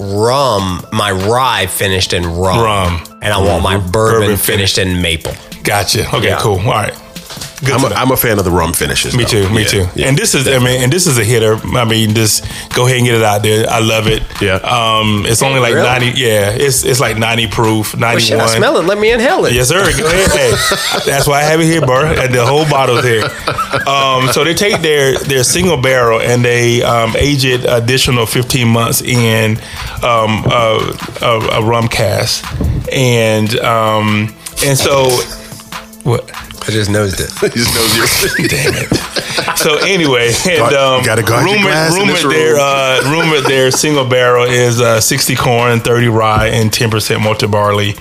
Speaker 4: rum, my rye finished in rum,
Speaker 3: Rum.
Speaker 4: and I want my
Speaker 2: Mm-hmm.
Speaker 4: bourbon,
Speaker 3: Bourbon
Speaker 4: finished in maple.
Speaker 3: gotcha. Okay.
Speaker 4: Yeah.
Speaker 3: Cool. All right. Good
Speaker 2: I'm
Speaker 3: to
Speaker 2: a,
Speaker 3: know.
Speaker 2: I'm a fan of the rum finishes.
Speaker 3: Me
Speaker 2: though.
Speaker 3: too. Me
Speaker 2: Yeah,
Speaker 3: too.
Speaker 2: yeah.
Speaker 3: and this is, I mean, and this is a hitter. I mean, just go ahead and get it out there. I love it.
Speaker 2: Yeah.
Speaker 3: Um, it's only like
Speaker 4: really?
Speaker 3: ninety. Yeah. It's it's like ninety proof,
Speaker 4: Well,
Speaker 3: ninety
Speaker 4: shit, I
Speaker 3: one.
Speaker 4: smell it. Let me inhale it.
Speaker 3: Yes, sir. Go ahead. Hey, that's why I have it here, bro. And the whole bottle's here. Um, so they take their their single barrel and they um, age it additional fifteen months in um, a, a, a rum cask, and um, and so what.
Speaker 4: I just nosed it.
Speaker 2: He just knows you. Damn it.
Speaker 3: So anyway, and
Speaker 2: you
Speaker 3: um,
Speaker 2: gotta guard your
Speaker 3: room,
Speaker 2: glass in
Speaker 3: room
Speaker 2: this
Speaker 3: at their
Speaker 2: room.
Speaker 3: uh, room at their single barrel is uh, sixty corn, thirty rye, and ten percent malted barley.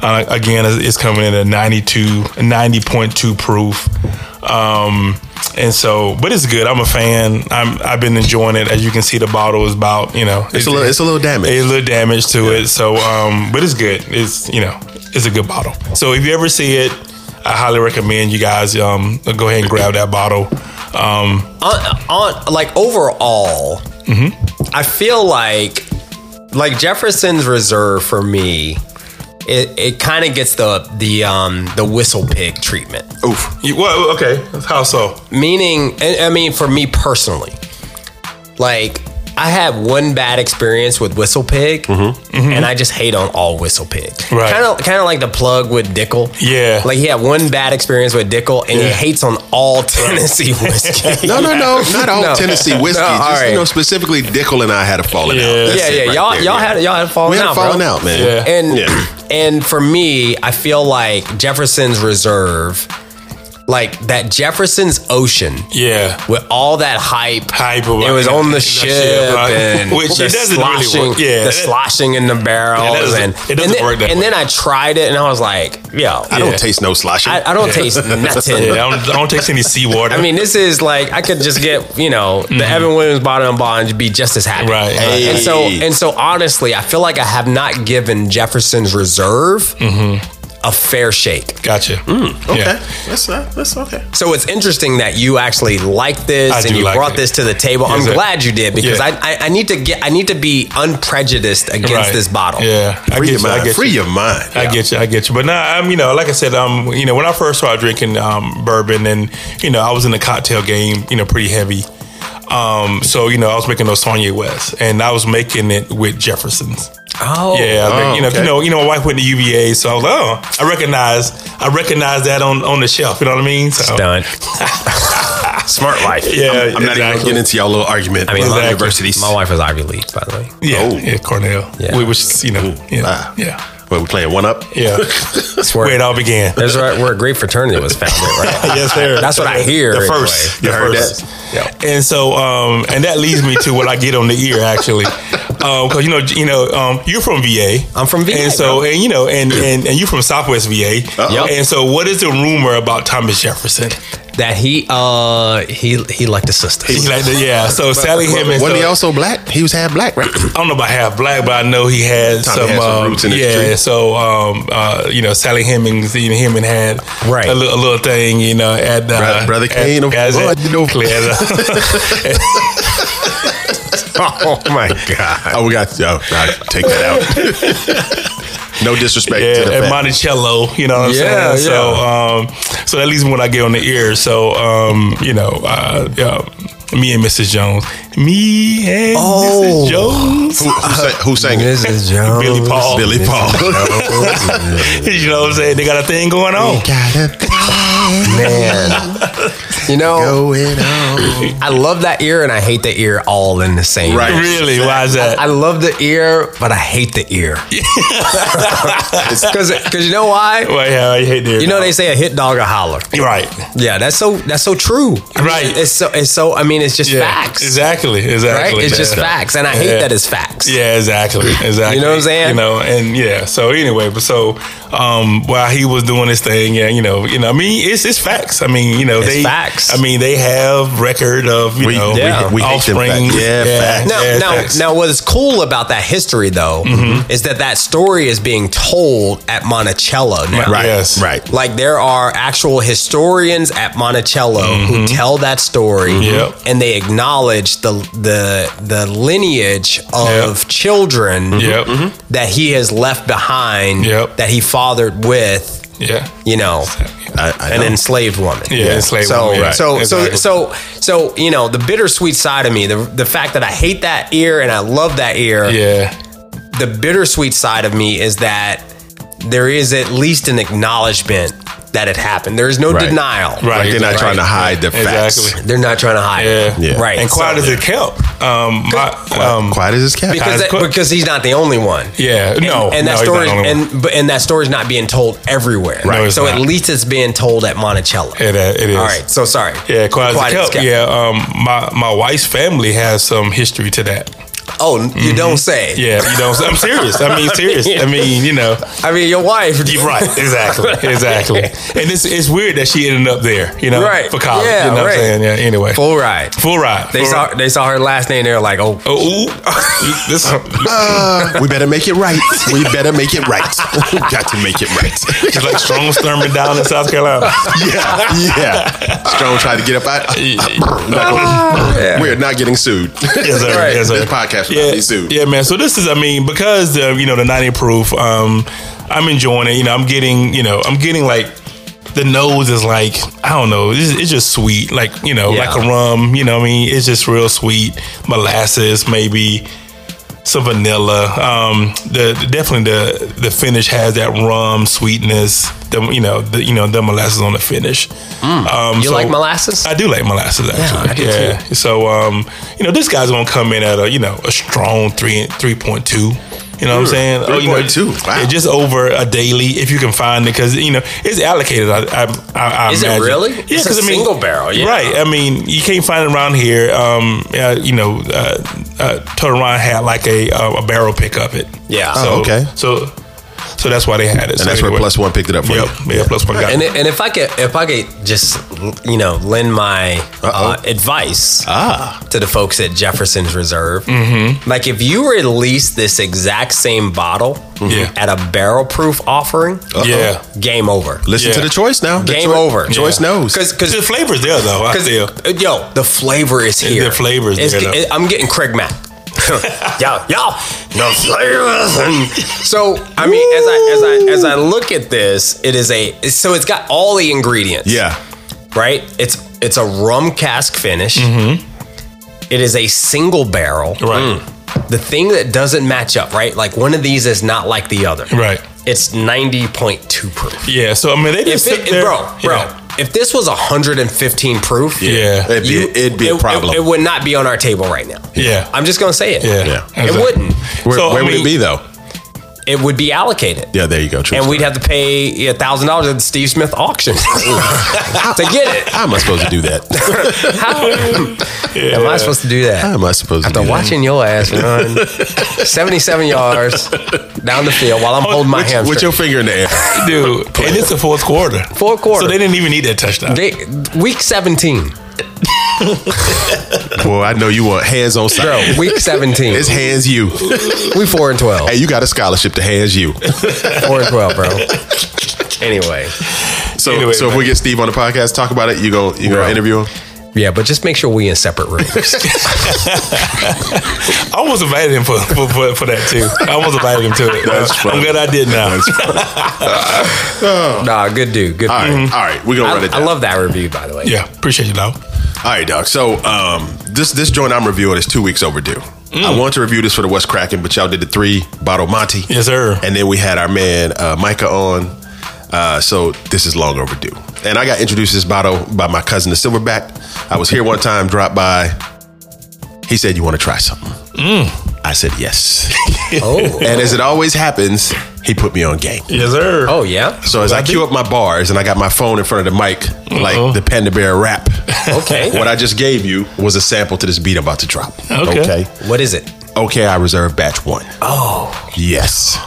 Speaker 3: Uh, again, it's it's coming in at 92, 90.2 proof. Um, and so, but it's good. I'm a fan. I'm, I've been enjoying it. As you can see, the bottle is about, you know,
Speaker 2: It's a little. It's a little damaged.
Speaker 3: a little damage to it. So, um, but it's good. It's you know, it's a good bottle. So if you ever see it, I highly recommend you guys um, go ahead and grab that bottle. Um,
Speaker 4: on, on like overall,
Speaker 3: Mm-hmm.
Speaker 4: I feel like like Jefferson's Reserve for me, it, it kind of gets the the um the whistle pig treatment.
Speaker 2: Oof.
Speaker 3: you, well, okay, how so?
Speaker 4: Meaning, and, I mean, for me personally, like I had one bad experience with whistle pig, and I just hate on all whistle pig.
Speaker 3: Mm-hmm. Right.
Speaker 4: Kind of kind of like the plug with Dickel.
Speaker 3: Yeah.
Speaker 4: Like he had one bad experience with Dickel, and he
Speaker 3: Yeah.
Speaker 4: hates on all Tennessee whiskey.
Speaker 2: No, no, no. Not all
Speaker 4: No.
Speaker 2: Tennessee
Speaker 4: No,
Speaker 2: whiskey.
Speaker 4: all
Speaker 2: Just you know,
Speaker 4: right.
Speaker 2: specifically Dickel and I had a falling
Speaker 3: Yeah.
Speaker 2: out. That's
Speaker 4: yeah,
Speaker 2: it
Speaker 4: yeah.
Speaker 2: right
Speaker 4: y'all,
Speaker 2: there,
Speaker 4: y'all
Speaker 2: yeah.
Speaker 4: had y'all had fallen
Speaker 2: we had
Speaker 4: out,
Speaker 2: a falling
Speaker 4: bro.
Speaker 2: out, man.
Speaker 3: Yeah.
Speaker 4: And
Speaker 2: Yeah.
Speaker 4: and for me, I feel like Jefferson's Reserve, like that Jefferson's Ocean.
Speaker 3: Yeah.
Speaker 4: With all that hype,
Speaker 3: Hype
Speaker 4: it
Speaker 3: about-
Speaker 4: was on the
Speaker 3: that
Speaker 4: ship,
Speaker 3: ship, right?
Speaker 4: and
Speaker 3: Which
Speaker 4: the
Speaker 3: it doesn't really
Speaker 4: sloshing,
Speaker 3: work. Yeah,
Speaker 4: the
Speaker 3: that-
Speaker 4: sloshing in the
Speaker 3: Yeah, that
Speaker 4: barrels,
Speaker 3: doesn't-
Speaker 4: and
Speaker 3: it doesn't
Speaker 4: and then,
Speaker 3: work that
Speaker 4: and
Speaker 3: way.
Speaker 4: then I tried it, and I was like, yo,
Speaker 2: I
Speaker 4: I
Speaker 2: don't
Speaker 3: Yeah.
Speaker 2: taste no sloshing.
Speaker 4: I, don't taste nothing.
Speaker 3: Yeah, I don't, I don't taste any seawater.
Speaker 4: I mean, this is like I could just get you know the Evan Williams bottom and bond and be just as happy,
Speaker 3: Mm-hmm. Right, right. Mm-hmm.
Speaker 4: And so and so honestly, I feel like I have not given Jefferson's Reserve a fair shake.
Speaker 3: Gotcha.
Speaker 4: mm,
Speaker 2: Okay,
Speaker 3: Yeah.
Speaker 2: that's not, that's okay.
Speaker 4: So it's interesting that you actually like this
Speaker 3: I
Speaker 4: and
Speaker 3: do
Speaker 4: you
Speaker 3: like
Speaker 4: brought
Speaker 3: it.
Speaker 4: this to the table.
Speaker 3: Yes,
Speaker 4: I'm
Speaker 3: sir.
Speaker 4: glad you did because
Speaker 3: Yeah.
Speaker 4: I, I I need to get I need to be unprejudiced against
Speaker 3: Right.
Speaker 4: this bottle.
Speaker 3: Yeah. I
Speaker 2: Free your
Speaker 3: get you. I
Speaker 2: mind.
Speaker 3: get
Speaker 2: Free
Speaker 3: you.
Speaker 2: your mind.
Speaker 3: I get you. I get you. But now, I'm, you know, like I said, um, you know, when I first started drinking um, bourbon, and you know, I was in the cocktail game, you know, pretty heavy. Um, so you know, I was making those Sonia West, and I was making it with Jeffersons.
Speaker 4: Oh.
Speaker 3: Yeah, I
Speaker 2: Oh,
Speaker 3: think, you know,
Speaker 2: okay.
Speaker 3: you know, you know, my wife went to UVA, so I was like, oh, I recognize, I recognize that on on the shelf. You know what I mean? So,
Speaker 4: Done. Smart life.
Speaker 3: Yeah,
Speaker 2: I'm not even gonna get into y'all little argument.
Speaker 4: I mean,
Speaker 2: about
Speaker 3: Exactly.
Speaker 2: universities.
Speaker 4: My wife was Ivy League, by the way.
Speaker 3: Yeah,
Speaker 2: Oh.
Speaker 3: yeah, Cornell.
Speaker 4: Yeah.
Speaker 3: Yeah, which is, you know,
Speaker 2: wow.
Speaker 3: yeah, yeah,
Speaker 2: But we playing one up.
Speaker 3: yeah.
Speaker 4: That's
Speaker 3: where
Speaker 4: where,
Speaker 3: it all began.
Speaker 4: that's where, where a great fraternity was founded, right?
Speaker 3: yes, sir.
Speaker 4: That's what I hear,
Speaker 3: The
Speaker 4: anyway.
Speaker 3: first,
Speaker 2: You
Speaker 3: the
Speaker 2: heard
Speaker 3: first.
Speaker 2: that?
Speaker 3: And so, um, and that leads me to what I get on the ear actually, because you know, you know, um, you're from VA.
Speaker 4: I'm from VA,
Speaker 3: and so, and you know, and and, and you from Southwest VA.
Speaker 2: Uh-oh.
Speaker 3: And so, what is the rumor about Thomas Jefferson?
Speaker 4: That he uh he he liked the sisters.
Speaker 3: He's like, yeah. So, sadly, him and
Speaker 2: Wasn't he
Speaker 3: so,
Speaker 2: also black? He was half black, right?
Speaker 3: I don't know about half black, but I know he
Speaker 2: Tommy
Speaker 3: had some,
Speaker 2: had some
Speaker 3: um,
Speaker 2: roots in the
Speaker 3: yeah.
Speaker 2: tree.
Speaker 3: So um, uh, you know, Sally Hemings, you know, Heming had
Speaker 4: Right.
Speaker 3: a, li- a little thing, you know, at uh,
Speaker 2: Brother- Brother Kane of- oh, you know.
Speaker 3: clear. uh,
Speaker 2: oh my god! Oh, we got. Oh, God, take that out. no disrespect
Speaker 3: yeah,
Speaker 2: to the
Speaker 3: at
Speaker 2: fact.
Speaker 3: Monticello, you know what I'm
Speaker 4: Yeah,
Speaker 3: saying? So, um, so at least when I get on the ear, so um, you know, uh, yeah, me and Mrs. Jones, me and
Speaker 4: Oh.
Speaker 3: Mrs. Jones.
Speaker 2: who, who, sang, who sang it?
Speaker 4: Mrs. Jones.
Speaker 3: Billy Paul.
Speaker 2: Billy Paul.
Speaker 3: You know what I'm saying? They got a thing going on.
Speaker 4: Man. You know,
Speaker 2: Going on.
Speaker 4: I love that ear and I hate the ear all in the same.
Speaker 2: Right.
Speaker 3: Really? Why is that?
Speaker 4: I love the ear, but I hate the ear. Because you know why?
Speaker 3: Well, yeah, I hate the ear
Speaker 4: You know
Speaker 3: dog.
Speaker 4: they say a hit dog a holler.
Speaker 3: You're right.
Speaker 4: Yeah, that's so that's so true. I mean,
Speaker 3: Right.
Speaker 4: It's so it's so I mean it's just facts.
Speaker 3: Exactly.
Speaker 4: Right?
Speaker 3: Exactly.
Speaker 4: It's just
Speaker 3: Yeah.
Speaker 4: facts. And I hate
Speaker 3: Yeah.
Speaker 4: that it's facts.
Speaker 3: Yeah, exactly, exactly.
Speaker 4: You know what I'm saying?
Speaker 3: You know, and yeah. So anyway, but so um, while he was doing his thing, yeah, you know, you know, I mean, it's it's facts. I mean, you know,
Speaker 4: It's
Speaker 3: they
Speaker 4: facts.
Speaker 3: I mean, they have record of you
Speaker 2: We-
Speaker 3: know
Speaker 2: we-
Speaker 4: Yeah.
Speaker 2: we hate them
Speaker 3: offspring.
Speaker 2: facts. Yeah, facts.
Speaker 4: Now,
Speaker 3: yeah,
Speaker 4: now,
Speaker 3: facts.
Speaker 4: now, what's cool about that history, though,
Speaker 3: Mm-hmm.
Speaker 4: is that that story is being told at Monticello now.
Speaker 2: Right.
Speaker 3: Yes.
Speaker 2: Right.
Speaker 4: Like there are actual historians at Monticello who tell that story,
Speaker 3: Mm-hmm. Yep.
Speaker 4: and they acknowledge the the the lineage of
Speaker 3: Yep.
Speaker 4: children
Speaker 3: Yep. Mhm.
Speaker 4: that he has left behind,
Speaker 3: Yep.
Speaker 4: that he fathered with,
Speaker 3: Yeah.
Speaker 4: you know,
Speaker 2: I, I
Speaker 4: an
Speaker 2: know.
Speaker 4: enslaved woman.
Speaker 3: Yeah, enslaved
Speaker 4: so,
Speaker 3: woman, yeah,
Speaker 4: So,
Speaker 3: exactly.
Speaker 4: so, so, so, you know, the bittersweet side of me, the the fact that I hate that ear and I love that ear,
Speaker 3: Yeah.
Speaker 4: the bittersweet side of me is that there is at least an acknowledgement that it happened. There is no
Speaker 2: Right.
Speaker 4: denial.
Speaker 3: Right.
Speaker 2: Like they're not
Speaker 3: Right.
Speaker 2: trying to hide the facts.
Speaker 3: Exactly.
Speaker 4: They're not trying to hide.
Speaker 3: Yeah.
Speaker 4: it.
Speaker 2: Yeah.
Speaker 4: Right.
Speaker 3: And quiet
Speaker 4: So-
Speaker 3: as it kept. Um, my, um,
Speaker 2: Quiet as it's kept.
Speaker 4: because,
Speaker 3: as
Speaker 4: that-
Speaker 3: quick.
Speaker 4: because he's not the only one.
Speaker 3: Yeah. no. no,
Speaker 4: and that
Speaker 3: he's not
Speaker 4: story
Speaker 3: the only one.
Speaker 4: and but and that story's not being told everywhere.
Speaker 3: Right. No, it's
Speaker 4: so at
Speaker 3: not.
Speaker 4: least it's being told at Monticello.
Speaker 3: It, uh, it is.
Speaker 4: All right. So sorry.
Speaker 3: Yeah, quiet, as a
Speaker 4: Kept.
Speaker 3: cup. Yeah, um, my my wife's family has some history to that.
Speaker 4: Oh, you don't say.
Speaker 3: Mm-hmm. Yeah, you know, I'm serious. I mean, serious. I mean, you know,
Speaker 4: I mean, your wife.
Speaker 3: You're right, exactly, exactly. And it's it's weird that she ended up there, you know,
Speaker 4: Right.
Speaker 3: for college.
Speaker 4: Yeah,
Speaker 3: you know what
Speaker 4: right.
Speaker 3: I'm saying? Yeah. Anyway, full,
Speaker 4: Full ride.
Speaker 3: ride.
Speaker 4: They
Speaker 3: full
Speaker 4: saw
Speaker 3: ride.
Speaker 4: they saw her last name. They were like, oh,
Speaker 3: Oh, ooh. this.
Speaker 2: Uh, we better make it right. We better make it right. we got to make it right.
Speaker 3: It's like strong storming down in South Carolina.
Speaker 2: yeah, yeah. Strong tried to get up out. We're not getting sued.
Speaker 3: Yes, sir.
Speaker 4: Right.
Speaker 3: Yes, sir.
Speaker 2: This podcast will not be sued.
Speaker 3: Yeah, man. So this is, I mean, because the you know the 90 proof, um, I'm enjoying it. You know, I'm getting, you know, I'm getting like the nose is like I don't know. It's, it's just sweet, like you know,
Speaker 4: Yeah.
Speaker 3: like a rum. You know, what I mean, it's just real sweet. Molasses, maybe some vanilla. Um, the definitely the the finish has that rum sweetness. The you know the you know the molasses on the finish. Um,
Speaker 4: Mm. you like molasses?
Speaker 3: I do like molasses
Speaker 4: I do
Speaker 3: actually. Yeah. So um, you know, this guy's gonna come in at a you know a strong three three point two. You know what I'm saying? Oh, you know,
Speaker 2: 3.2. Wow.
Speaker 3: yeah, just over a daily if you can find it because you know it's allocated. I, I, I, I
Speaker 4: Is it
Speaker 3: imagine.
Speaker 4: really?
Speaker 3: Yeah,
Speaker 4: It's a
Speaker 3: 'cause, I mean,
Speaker 4: single barrel, yeah.
Speaker 3: Right. I mean, you can't find it around here. Um, uh, you know, uh, uh, Total Wine had like a uh, a barrel pick of it.
Speaker 4: Yeah.
Speaker 3: So,
Speaker 2: Oh, okay.
Speaker 3: So. So So that's why they had it.
Speaker 2: And that's where Plus One picked it up for
Speaker 3: Yep,
Speaker 2: you.
Speaker 3: yeah, Plus One got
Speaker 4: And,
Speaker 3: it.
Speaker 4: i- and if I could, if I could just, you know, lend my uh, advice to the folks at Jefferson's Reserve, mm-hmm. like if you release this exact same bottle
Speaker 3: Yeah. Uh.
Speaker 4: at a barrel proof offering, uh,
Speaker 3: Yeah.
Speaker 4: game over.
Speaker 2: Listen to
Speaker 3: Yeah.
Speaker 2: the choice now. The
Speaker 4: Game
Speaker 2: choi-
Speaker 4: over.
Speaker 2: Choice
Speaker 3: Yeah.
Speaker 2: knows.
Speaker 4: Because
Speaker 3: The flavor's there though. I
Speaker 4: Because
Speaker 3: feel.
Speaker 4: uh, yo, the flavor is here.
Speaker 3: The flavor is
Speaker 4: It's-
Speaker 3: there, though.
Speaker 4: it- I'm getting Craig Mack. yo, yo, the flavors. And so I mean, as I as I as I look at this, it is a so it's got all the ingredients.
Speaker 2: yeah.
Speaker 4: right. It's it's a rum cask finish. It is a single barrel.
Speaker 3: Mm-hmm.
Speaker 4: Mm.
Speaker 3: Right.
Speaker 4: The thing that doesn't match up, right? Like one of these is not like the other.
Speaker 3: Right.
Speaker 4: It's ninety point two proof.
Speaker 3: Yeah. So I mean, they
Speaker 4: If
Speaker 3: just
Speaker 4: it,
Speaker 3: sit there,
Speaker 4: bro, bro,
Speaker 3: Yeah.
Speaker 4: if this was hundred and fifteen proof,
Speaker 3: Yeah.
Speaker 2: It'd be,
Speaker 4: you-
Speaker 2: it'd be a
Speaker 4: it-
Speaker 2: problem.
Speaker 4: It, it would not be on our table right now.
Speaker 3: Yeah.
Speaker 4: I'm just gonna say it.
Speaker 3: Yeah.
Speaker 2: Yeah.
Speaker 4: It
Speaker 3: Exactly.
Speaker 4: wouldn't.
Speaker 2: where
Speaker 3: so,
Speaker 2: where
Speaker 3: I
Speaker 2: would it
Speaker 3: mean-
Speaker 2: be though?
Speaker 4: It would be allocated.
Speaker 2: Yeah, there you go. True
Speaker 4: And
Speaker 2: story.
Speaker 4: we'd have to pay a thousand dollars at the Steve Smith auction to get it.
Speaker 2: How am I supposed to do that?
Speaker 4: How am I supposed to do
Speaker 2: How
Speaker 4: that?
Speaker 2: am I supposed to
Speaker 4: After
Speaker 2: do
Speaker 4: watching your ass run 77 yards down the field while I'm holding my
Speaker 2: that?
Speaker 4: hamstring.
Speaker 2: With your finger in the air.
Speaker 3: Dude, and it's the fourth quarter.
Speaker 4: Fourth quarter.
Speaker 3: So they didn't even need that touchdown.
Speaker 4: They- week 17,
Speaker 2: Boy, I know you want hands on
Speaker 4: bro.
Speaker 2: side.
Speaker 4: Week 17.
Speaker 2: It's hands you.
Speaker 4: we four and 12.
Speaker 2: Hey, you got a scholarship to hands you.
Speaker 4: Four and 12, bro. Anyway,
Speaker 2: So,
Speaker 3: Anyway,
Speaker 2: so if
Speaker 3: man.
Speaker 2: we get Steve on the podcast, talk about it. You go, you
Speaker 4: Bro.
Speaker 2: gonna interview him.
Speaker 4: yeah, but just make sure we in separate rooms.
Speaker 3: I almost invited him for, for, for, for that too. I almost invited him to it.
Speaker 2: That's funny.
Speaker 3: I'm glad I did now.
Speaker 4: nah, good dude. Good.
Speaker 2: All right,
Speaker 4: dude.
Speaker 2: all right, we're gonna run
Speaker 4: Mm-hmm. I,
Speaker 2: it.
Speaker 4: I
Speaker 2: Down.
Speaker 4: love that review, by the way.
Speaker 3: Yeah, appreciate you, dog.
Speaker 2: All right, Doc. So um, this this joint I'm reviewing is two weeks overdue.
Speaker 4: Mm.
Speaker 2: I wanted to review this for the West Kraken, but y'all did the three bottle Monty.
Speaker 3: Yes, sir.
Speaker 2: And then we had our man uh, Micah on. Uh, so this is long overdue. And I got introduced to this bottle by my cousin, the Silverback. I was here one time, dropped by. He said, "You want to try something?" I said, "Yes."
Speaker 4: Oh.
Speaker 2: and as it always happens, he put me on game.
Speaker 3: Yes, sir.
Speaker 4: Oh yeah.
Speaker 2: So as I queue up my bars and I got my phone in front of the mic, like the Panda Bear rap.
Speaker 4: Okay.
Speaker 2: what I just gave you was a sample to this beat I'm about to drop.
Speaker 3: Okay.
Speaker 2: Okay,
Speaker 4: what is it?
Speaker 2: Okay, I reserve batch one.
Speaker 4: Oh.
Speaker 2: Yes.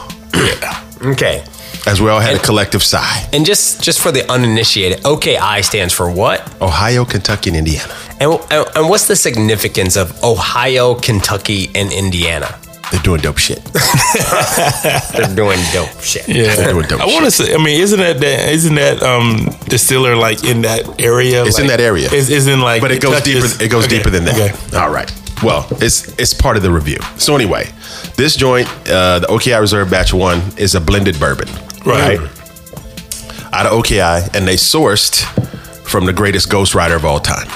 Speaker 4: Okay.
Speaker 2: As we all had a collective sigh.
Speaker 4: And just just for the uninitiated, OKI stands for what?
Speaker 2: Ohio, Kentucky, and Indiana.
Speaker 4: And and, and what's the significance of Ohio, Kentucky, and Indiana?
Speaker 2: They're doing dope shit.
Speaker 4: They're doing dope shit.
Speaker 3: Yeah,
Speaker 2: doing dope
Speaker 3: I want to say. I mean, isn't that, that isn't that um distiller like in that area?
Speaker 2: It's in
Speaker 3: Like,
Speaker 2: that area.
Speaker 3: It's, it's in like,
Speaker 2: but it goes deeper. It goes
Speaker 3: okay,
Speaker 2: deeper than that.
Speaker 3: Okay.
Speaker 2: All right. Well, it's it's part of the review. So anyway, this joint, uh, the OKI Reserve Batch One, is a blended bourbon,
Speaker 3: Right.
Speaker 2: Out of OKI, and they sourced from the greatest Ghost Rider of all time.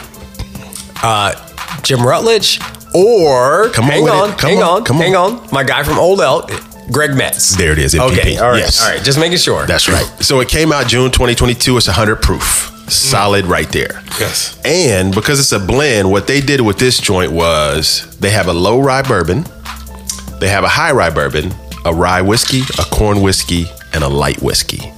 Speaker 4: Jim Rutledge or
Speaker 2: Come on
Speaker 4: hang
Speaker 2: with it.
Speaker 4: on,
Speaker 2: Come
Speaker 4: hang
Speaker 2: on,
Speaker 4: on,
Speaker 2: come on.
Speaker 4: hang on, my guy from Old Elk, Greg Metz.
Speaker 2: There it is, MPP.
Speaker 4: Okay. All right.
Speaker 2: Yes.
Speaker 4: All right. Just making sure.
Speaker 2: That's right. So it came out June 2022. It's 100 proof, solid right there.
Speaker 3: Yes.
Speaker 2: And because it's a blend, what they did with this joint was they have a low rye bourbon, they have a high rye bourbon, a rye whiskey, a corn whiskey, and a light whiskey.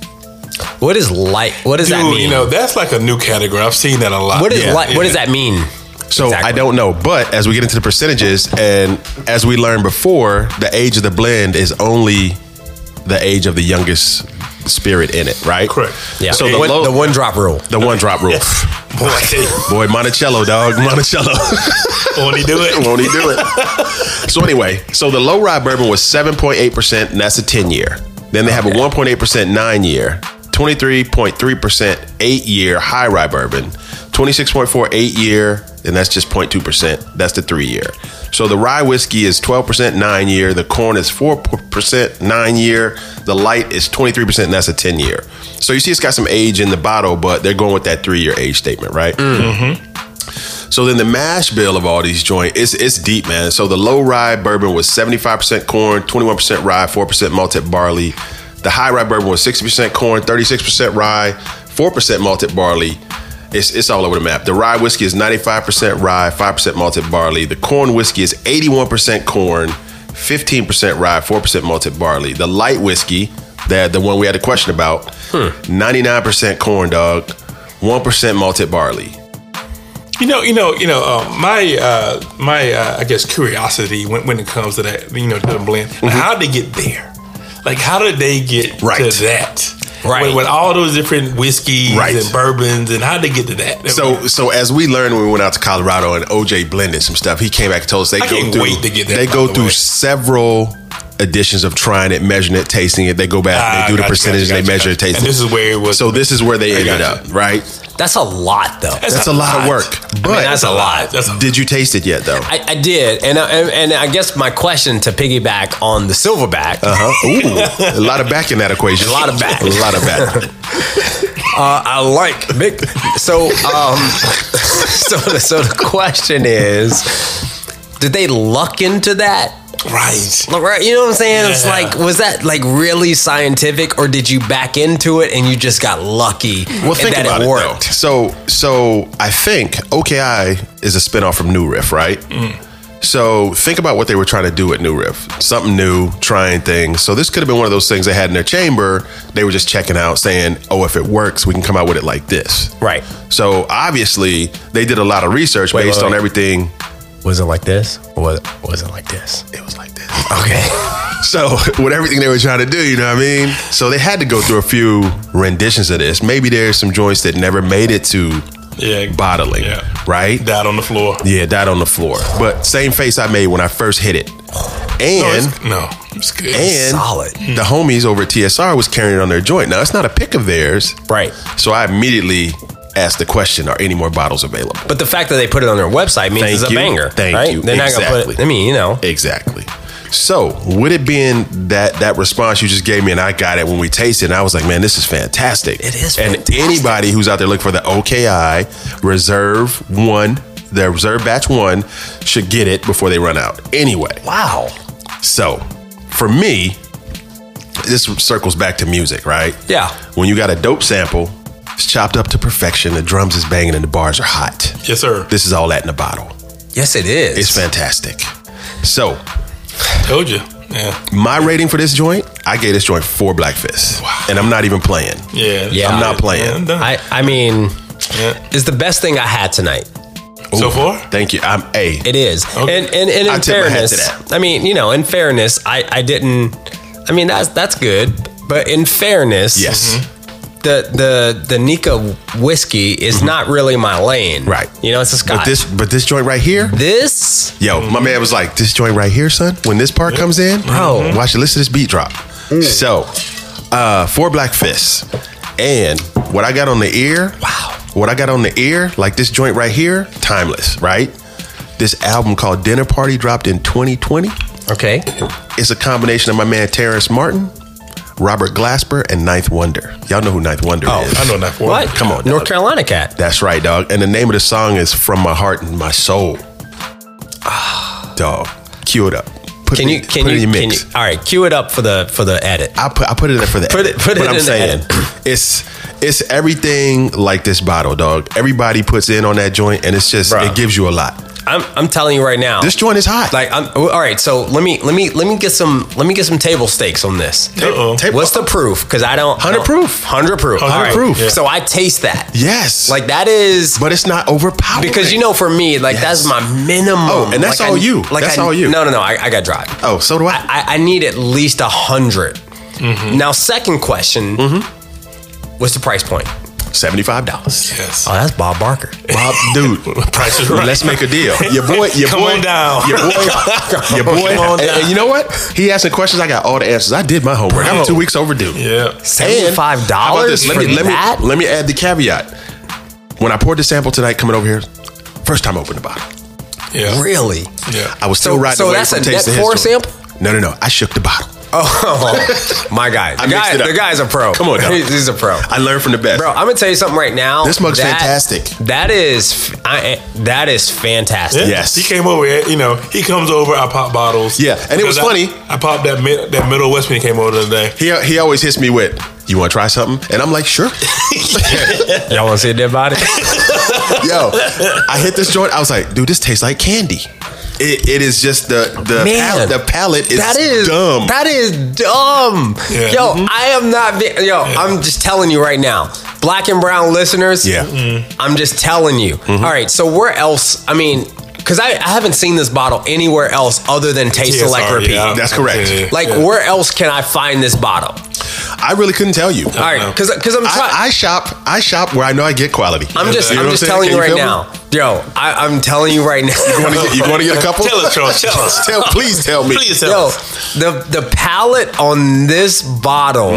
Speaker 4: what is light? What does
Speaker 3: Dude,
Speaker 4: that mean?
Speaker 3: you know that's like a new category. I've seen that a lot.
Speaker 4: what is
Speaker 3: Yeah.
Speaker 4: light? What does
Speaker 3: Yeah.
Speaker 4: that mean?
Speaker 2: So
Speaker 4: Exactly.
Speaker 2: I don't know, but as we get into the percentages, and as we learned before, the age of the blend is only the age of the youngest spirit in it, right?
Speaker 3: Correct.
Speaker 4: Yeah.
Speaker 2: So the,
Speaker 4: One-
Speaker 2: low,
Speaker 4: the one drop rule.
Speaker 2: the one drop rule.
Speaker 3: Boy,
Speaker 2: Boy, Monticello, dog, Monticello.
Speaker 3: won't he do it?
Speaker 2: Won't he do it? so anyway, so the low rye bourbon was 7.8%, and that's a 10 year. Then they have a 1.8% nine year, 23.3% eight year high rye bourbon, 26.4 eight year, and that's just 0.2%. That's the three year. So the rye whiskey is 12% nine year, the corn is 4% nine year, the light is 23%, and that's a 10 year. So you see, it's got some age in the bottle, but they're going with that three year age statement, right? So then the mash bill of all these joint, it's it's deep, man. So the low rye bourbon was 75% corn, 21% rye, 4% malted barley. The high rye bourbon was 60% corn, 36% rye, 4% malted barley. It's, it's all over the map. The rye whiskey is 95% rye, 5% malted barley. The corn whiskey is 81% corn, 15% rye, 4% malted barley. The light whiskey, that the one we had a question about, 99% corn dog, 1% malted barley.
Speaker 3: You know, you know, you know. Uh, my uh, my uh, I guess curiosity when, when it comes to that. You know, to the blend. How'd they get there? Like, how did they get
Speaker 2: Mm-hmm. Right.
Speaker 3: to that?
Speaker 4: Right.
Speaker 3: With, with all those different whiskeys
Speaker 2: Right.
Speaker 3: and bourbons, and how did they get to that?
Speaker 2: So, so as we learned when we went out to Colorado and OJ blended some stuff, he came back and told us they
Speaker 3: I
Speaker 2: go
Speaker 3: can't
Speaker 2: through.
Speaker 3: wait to get that,
Speaker 2: they
Speaker 3: by
Speaker 2: go
Speaker 3: the
Speaker 2: through
Speaker 3: way.
Speaker 2: several editions of trying it, measuring it, tasting it. They go back,
Speaker 3: Ah,
Speaker 2: they do the
Speaker 3: gotcha,
Speaker 2: percentages,
Speaker 3: gotcha,
Speaker 2: they measure
Speaker 3: gotcha.
Speaker 2: it, taste
Speaker 3: And
Speaker 2: it.
Speaker 3: this is where it was-
Speaker 2: So this is where they ended
Speaker 3: gotcha.
Speaker 2: up, right?
Speaker 4: That's a lot, though.
Speaker 2: That's a lot of work. But
Speaker 4: that's a lot.
Speaker 3: That's a,
Speaker 2: did you taste it yet, though?
Speaker 4: I, I did, and I, and- and I guess my question to piggyback on the silverback.
Speaker 2: huh? Ooh, a lot of back in that equation.
Speaker 4: A lot of back.
Speaker 2: A lot of back.
Speaker 4: Uh, I like big. So, um, so, the- so the question is, did they luck into that?
Speaker 3: right.
Speaker 4: Like, right, You know what I'm saying? It's
Speaker 3: Yeah.
Speaker 4: like, was that like really scientific, or did you back into it and you just got lucky
Speaker 2: Well,
Speaker 4: and
Speaker 2: think
Speaker 4: that
Speaker 2: about
Speaker 4: it
Speaker 2: it,
Speaker 4: worked?
Speaker 2: though. So, so I think OKI is a spinoff from New Riff, right?
Speaker 4: Mm.
Speaker 2: So think about what they were trying to do at New Riff. Something new, trying things. So this could have been one of those things they had in their chamber. They were just checking out, saying, "Oh, if it works, we can come out with it like this."
Speaker 4: Right.
Speaker 2: So obviously, they did a lot of research
Speaker 4: Wait,
Speaker 2: based
Speaker 4: wait,
Speaker 2: on
Speaker 4: wait.
Speaker 2: everything.
Speaker 4: Was it like this? Or was it, was it like this?
Speaker 2: It was like this.
Speaker 4: Okay.
Speaker 2: So with everything they were trying to do, you know what I mean? So they had to go through a few renditions of this. Maybe there's some joints that never made it to
Speaker 3: Yeah.
Speaker 2: bottling,
Speaker 3: Yeah.
Speaker 2: right?
Speaker 3: Died on the floor.
Speaker 2: yeah, died on the floor. But same face I made when I first hit it.
Speaker 3: No,
Speaker 2: And
Speaker 3: it's, no, it's good.
Speaker 2: and
Speaker 4: solid.
Speaker 2: the homies over at TSR was carrying it on their joint. Now it's not a pick of theirs.
Speaker 4: Right.
Speaker 2: So I immediately asked the question, are any more bottles available?
Speaker 4: But the fact that they put it on their website means
Speaker 2: Thank
Speaker 4: it's a
Speaker 2: you.
Speaker 4: banger.
Speaker 2: Thank
Speaker 4: right?
Speaker 2: you.
Speaker 4: They're not going to put it.
Speaker 2: Exactly.
Speaker 4: I mean, you know.
Speaker 2: Exactly. So, with it being that that response you just gave me, and I got it when we tasted, it, and I was like, "Man, this is fantastic!"
Speaker 4: It is
Speaker 2: And
Speaker 4: fantastic.
Speaker 2: anybody who's out there looking for the OKI Reserve One, the Reserve Batch One, should get it before they run out. Anyway,
Speaker 4: Wow.
Speaker 2: so for me, this circles back to music, right?
Speaker 4: Yeah.
Speaker 2: When you got a dope sample, it's chopped up to perfection. The drums is banging, and the bars are hot.
Speaker 3: yes, sir.
Speaker 2: This is all that in a bottle.
Speaker 4: Yes, it is.
Speaker 2: It's fantastic. So
Speaker 3: Told you. Yeah.
Speaker 2: My rating for this joint, I gave this joint four black fists, and I'm not even playing.
Speaker 3: Yeah.
Speaker 4: Yeah.
Speaker 2: I'm not playing.
Speaker 3: done.
Speaker 4: I, I mean,
Speaker 3: Yeah.
Speaker 4: it's the best thing I had tonight.
Speaker 3: So far?
Speaker 2: thank you. I'm a.
Speaker 4: It is.
Speaker 3: Okay.
Speaker 4: And, and, and in
Speaker 2: I tip my hat to
Speaker 4: fairness, I mean, you know, in fairness, I, I didn't. I mean, that's that's good. But in fairness, Mhm.
Speaker 2: Yes.
Speaker 4: the the the Nika whiskey is not really my lane.
Speaker 2: Mhm. Right.
Speaker 4: You know, it's a Scotch.
Speaker 2: But this, but this joint right here,
Speaker 4: this
Speaker 2: yo,
Speaker 3: Mm-hmm.
Speaker 2: my man was like, this joint right here, son. When this part comes in,
Speaker 4: Bro.
Speaker 2: watch it. Listen to this beat drop. So, uh, four black fists, and what I got on the ear. Wow. What I got on the ear, like this joint right here, timeless, right? This album called Dinner Party dropped in 2020.
Speaker 4: okay.
Speaker 2: It's a combination of my man Terrence Martin, Robert Glasper, and Ninth Wonder. Y'all know who Ninth Wonder
Speaker 4: Oh,
Speaker 2: is.
Speaker 3: I know that.
Speaker 4: What?
Speaker 2: Come on,
Speaker 4: North
Speaker 2: dog.
Speaker 4: Carolina cat.
Speaker 2: That's right, dog. And the name of the song is From My Heart and My Soul. Ah, dog. Cue it up. Put
Speaker 4: Can
Speaker 2: it,
Speaker 4: you
Speaker 2: in-
Speaker 4: can
Speaker 2: put
Speaker 4: you,
Speaker 2: it in your
Speaker 4: can
Speaker 2: mix.
Speaker 4: you? All right, cue it up for the for the edit.
Speaker 2: I put I put it in there for the
Speaker 4: Put it-
Speaker 2: edit.
Speaker 4: put it
Speaker 2: But I'm
Speaker 4: in the
Speaker 2: saying it's it's everything like this bottle, dog. Everybody puts in on that joint and it's just
Speaker 4: Bruh.
Speaker 2: it gives you a lot.
Speaker 4: I'm I'm telling you right now.
Speaker 2: This joint is hot.
Speaker 4: Oh. like I'm oh, all right, so let me let me let me get some let me get some table stakes on this.
Speaker 3: Uh-oh.
Speaker 2: Table-
Speaker 4: What's the proof? Because I don't
Speaker 2: 100 proof.
Speaker 4: Hundred proof.
Speaker 3: 100
Speaker 4: All right.
Speaker 2: proof. Yeah.
Speaker 4: So I taste that.
Speaker 2: yes.
Speaker 4: Like that is
Speaker 2: but it's not overpowering.
Speaker 4: because you know for me like
Speaker 2: Yes.
Speaker 4: that's my minimum.
Speaker 2: Oh, and that's
Speaker 4: Like, I-
Speaker 2: all you. That's
Speaker 4: I,
Speaker 2: all you.
Speaker 4: No, no, no. I, I got drive.
Speaker 2: Oh, so do I. Mm-hmm.
Speaker 4: I, I need at least a 100 Now, second question: What's the price point?
Speaker 2: $75.
Speaker 3: Yes.
Speaker 4: Oh, that's Bob Barker.
Speaker 2: Bob, dude,
Speaker 3: Price is right.
Speaker 2: let's make a deal. Your boy, your
Speaker 3: Come
Speaker 2: boy,
Speaker 3: on down.
Speaker 2: your boy, your boy.
Speaker 3: Come on
Speaker 2: and, and
Speaker 3: down.
Speaker 2: you know what? He asked the questions. I got all the answers. I did my homework.
Speaker 3: Bro.
Speaker 2: I'm two weeks overdue.
Speaker 3: Yeah.
Speaker 2: And
Speaker 4: $75
Speaker 2: how about this? Let
Speaker 4: for
Speaker 2: me let
Speaker 4: that?
Speaker 2: me let me add the caveat. When I poured the sample tonight, coming over here, first time I opened the bottle,
Speaker 3: Yeah.
Speaker 4: Really?
Speaker 3: Yeah.
Speaker 2: I was still
Speaker 4: So-
Speaker 2: riding
Speaker 4: so
Speaker 2: away
Speaker 4: that's
Speaker 2: from
Speaker 4: a
Speaker 2: taste
Speaker 4: net
Speaker 2: the
Speaker 4: pour
Speaker 2: history.
Speaker 4: sample?
Speaker 2: No, no, no. I shook the bottle.
Speaker 4: Oh, my guy. The,
Speaker 2: I mixed
Speaker 4: guy,
Speaker 2: it up.
Speaker 4: the guy's a pro.
Speaker 2: Come on, now.
Speaker 4: He's, he's a pro.
Speaker 2: I learned from the best.
Speaker 4: Bro, I'm gonna tell you something right now.
Speaker 2: This mug's fantastic.
Speaker 4: That is, f- I, that is fantastic.
Speaker 3: Yeah.
Speaker 2: Yes.
Speaker 3: He came over, eh, you know, he comes over, I pop bottles.
Speaker 2: Yeah, and it was
Speaker 3: Because I-
Speaker 2: funny.
Speaker 3: I, popped that mid, that Middle West when he came over the other day.
Speaker 2: He he always hits me with, "You want to try something?" And I'm like, "Sure."
Speaker 4: Y'all want to see a dead body?
Speaker 2: Yo, I hit this joint. I was like, dude, this tastes like candy. It, it is just the the
Speaker 4: Man.
Speaker 2: pal- the palate is,
Speaker 4: that is
Speaker 2: dumb. Mm-hmm.
Speaker 4: That is dumb.
Speaker 3: Yeah.
Speaker 4: Yo, I am not. Be- yo, I'm just telling you right now, black and brown listeners. Mm-hmm.
Speaker 2: Yeah. Mm-hmm. Mhm.
Speaker 4: I'm just telling you. All right. So where else? I mean, because I, I haven't seen this bottle anywhere else other than Taste
Speaker 3: TSR,
Speaker 4: Select Repeat.
Speaker 3: yeah.
Speaker 2: That's correct.
Speaker 3: Yeah.
Speaker 4: Like, where else can I find this bottle?
Speaker 2: I really couldn't tell you.
Speaker 4: All right, because I'm trying.
Speaker 2: I, I shop. I shop where I know I get quality.
Speaker 4: I'm just,
Speaker 2: You know
Speaker 4: I'm
Speaker 2: what
Speaker 4: just
Speaker 2: saying?
Speaker 4: telling
Speaker 2: Can
Speaker 4: you right
Speaker 2: feel me?
Speaker 4: now, yo. I, I'm telling you right
Speaker 2: You wanna
Speaker 4: now,
Speaker 2: get- You want to get a couple?
Speaker 3: Tell us, Charles. Tell us.
Speaker 2: Tell, please tell me.
Speaker 3: Please tell
Speaker 4: yo.
Speaker 3: us.
Speaker 4: The the palette on this bottle,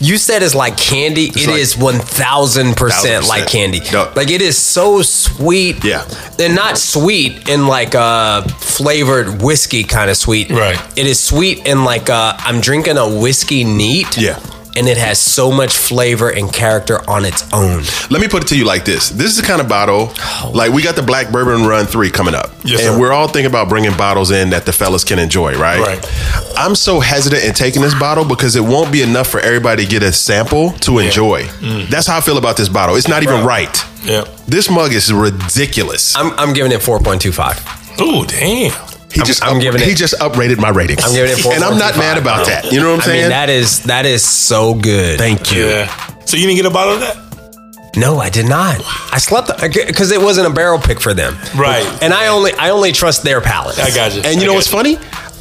Speaker 4: you said is like candy. It
Speaker 2: Mm-hmm. like-
Speaker 4: is one thousand percent
Speaker 2: 1000%.
Speaker 4: like candy.
Speaker 2: No.
Speaker 4: Like it is so sweet.
Speaker 2: Yeah.
Speaker 4: and not sweet in like a flavored whiskey kind of sweet.
Speaker 3: Right.
Speaker 4: It is sweet in like a, I'm drinking a whiskey neat.
Speaker 2: Yeah.
Speaker 4: And it has so much flavor and character on its own.
Speaker 2: Let me put it to you like this: This is the kind of bottle.
Speaker 4: Oh.
Speaker 2: Like we got the Black Bourbon Run Three coming up,
Speaker 3: Yes,
Speaker 2: and
Speaker 3: sir.
Speaker 2: we're all thinking about bringing bottles in that the fellas can enjoy, right?
Speaker 3: Right.
Speaker 2: I'm so hesitant in taking this bottle because it won't be enough for everybody to get a sample to enjoy.
Speaker 4: Mm.
Speaker 2: That's how I feel about this bottle. It's not even right.
Speaker 3: Yeah.
Speaker 2: This mug is ridiculous.
Speaker 4: I'm, I'm giving it 4.25.
Speaker 3: Ooh, damn.
Speaker 2: He just
Speaker 4: I'm
Speaker 2: up-
Speaker 4: giving it-
Speaker 2: he just uprated my rating.
Speaker 4: I'm giving it four
Speaker 2: and I'm not
Speaker 4: point two
Speaker 2: mad
Speaker 4: five.
Speaker 2: about that. You know what I'm
Speaker 4: I
Speaker 2: saying?
Speaker 4: mean, that is that is so good.
Speaker 2: Thank you.
Speaker 3: Yeah. So you didn't get a bottle of that?
Speaker 4: No, I did not. I slept because it wasn't a barrel pick for them,
Speaker 3: Right.
Speaker 4: And I only I only trust their palate.
Speaker 3: I got you.
Speaker 2: And you know what's funny?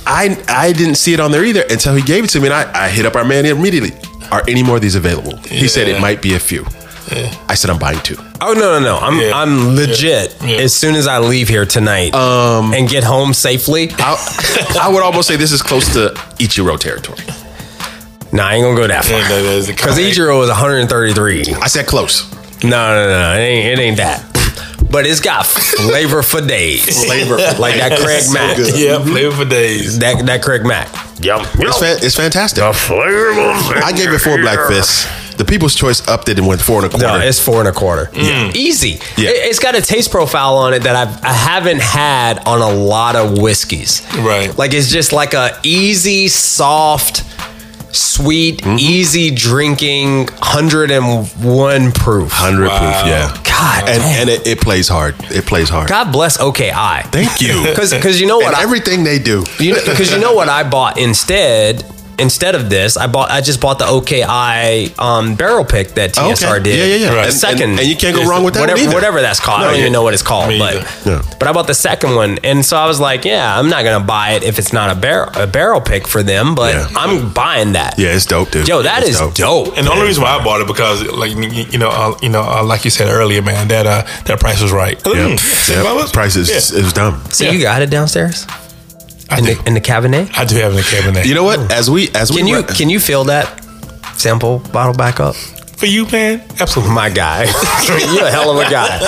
Speaker 2: I I didn't see it on there either until he gave it to me, and I, I hit up our man immediately. Are any more of these available? He said it
Speaker 3: Yeah.
Speaker 2: might be a few. I said I'm buying two.
Speaker 4: Oh no no no! I'm
Speaker 3: Yeah.
Speaker 4: I'm legit.
Speaker 3: Yeah.
Speaker 4: As soon as I leave here tonight um, and get home safely,
Speaker 2: I, I would almost say this is close to Ichiro territory.
Speaker 4: nah, I ain't gonna go that far. Because Ichiro was 133. No
Speaker 2: I said close.
Speaker 4: no no no, it ain't, it ain't that. But it's got flavor for days.
Speaker 2: Flavor for
Speaker 4: like that
Speaker 2: days.
Speaker 4: Craig Mack.
Speaker 2: good.
Speaker 3: Yeah, flavor for days.
Speaker 4: That that Craig Mack.
Speaker 2: It's, fan, it's fantastic. I gave it four black fists. The People's Choice upped it and went four and a quarter. Mm.
Speaker 4: No, it's four and a quarter. Easy.
Speaker 2: Yeah.
Speaker 4: It, has got a taste profile on it that I've, I haven't had on a lot of whiskeys.
Speaker 3: Right.
Speaker 4: Like it's just like a easy, soft, sweet,
Speaker 2: Mm-hmm.
Speaker 4: easy drinking 101 proof.
Speaker 2: hundred
Speaker 3: Wow.
Speaker 2: proof. Yeah.
Speaker 4: God,
Speaker 2: And
Speaker 4: damn.
Speaker 2: and it, it plays hard. It plays hard.
Speaker 4: God bless OKI.
Speaker 2: Thank you.
Speaker 4: Because you know what?
Speaker 2: and
Speaker 4: I-
Speaker 2: everything they do.
Speaker 4: you know, because you know what I bought instead. Instead of this, I bought. I just bought the OKI um, barrel pick that
Speaker 2: Oh, okay.
Speaker 4: TSR did.
Speaker 2: Yeah, yeah, yeah.
Speaker 4: The
Speaker 2: And-
Speaker 4: second,
Speaker 2: and- and you can't go wrong with that
Speaker 4: Whatever,
Speaker 2: either.
Speaker 4: whatever that's called,
Speaker 2: No,
Speaker 4: I don't
Speaker 2: yeah.
Speaker 4: even know what it's called.
Speaker 3: Me
Speaker 4: but
Speaker 3: either.
Speaker 2: Yeah.
Speaker 4: but I bought the second one, and so I was like, yeah, I'm not gonna buy it if it's not a barrel a barrel pick for them, but
Speaker 2: Yeah.
Speaker 4: I'm buying that.
Speaker 2: Yeah, it's dope, dude.
Speaker 4: Yo, that
Speaker 2: It's
Speaker 4: is dope.
Speaker 3: And the only reason why I bought it because, like you you know, uh, you know, uh, like you said earlier, man, that uh, that price was right. Mm.
Speaker 2: Yep. Yep. Price is
Speaker 3: Yeah.
Speaker 2: it was dumb.
Speaker 4: So
Speaker 3: Yeah.
Speaker 4: you got it downstairs
Speaker 3: I
Speaker 4: in
Speaker 3: do.
Speaker 4: the in the cabinet.
Speaker 3: I do have it in the cabinet.
Speaker 2: You know what? As we as
Speaker 4: Can
Speaker 2: we
Speaker 4: you
Speaker 2: wrap-
Speaker 4: can you fill that sample bottle back up?
Speaker 3: for you, man, absolutely.
Speaker 4: My guy, you're a hell of a guy.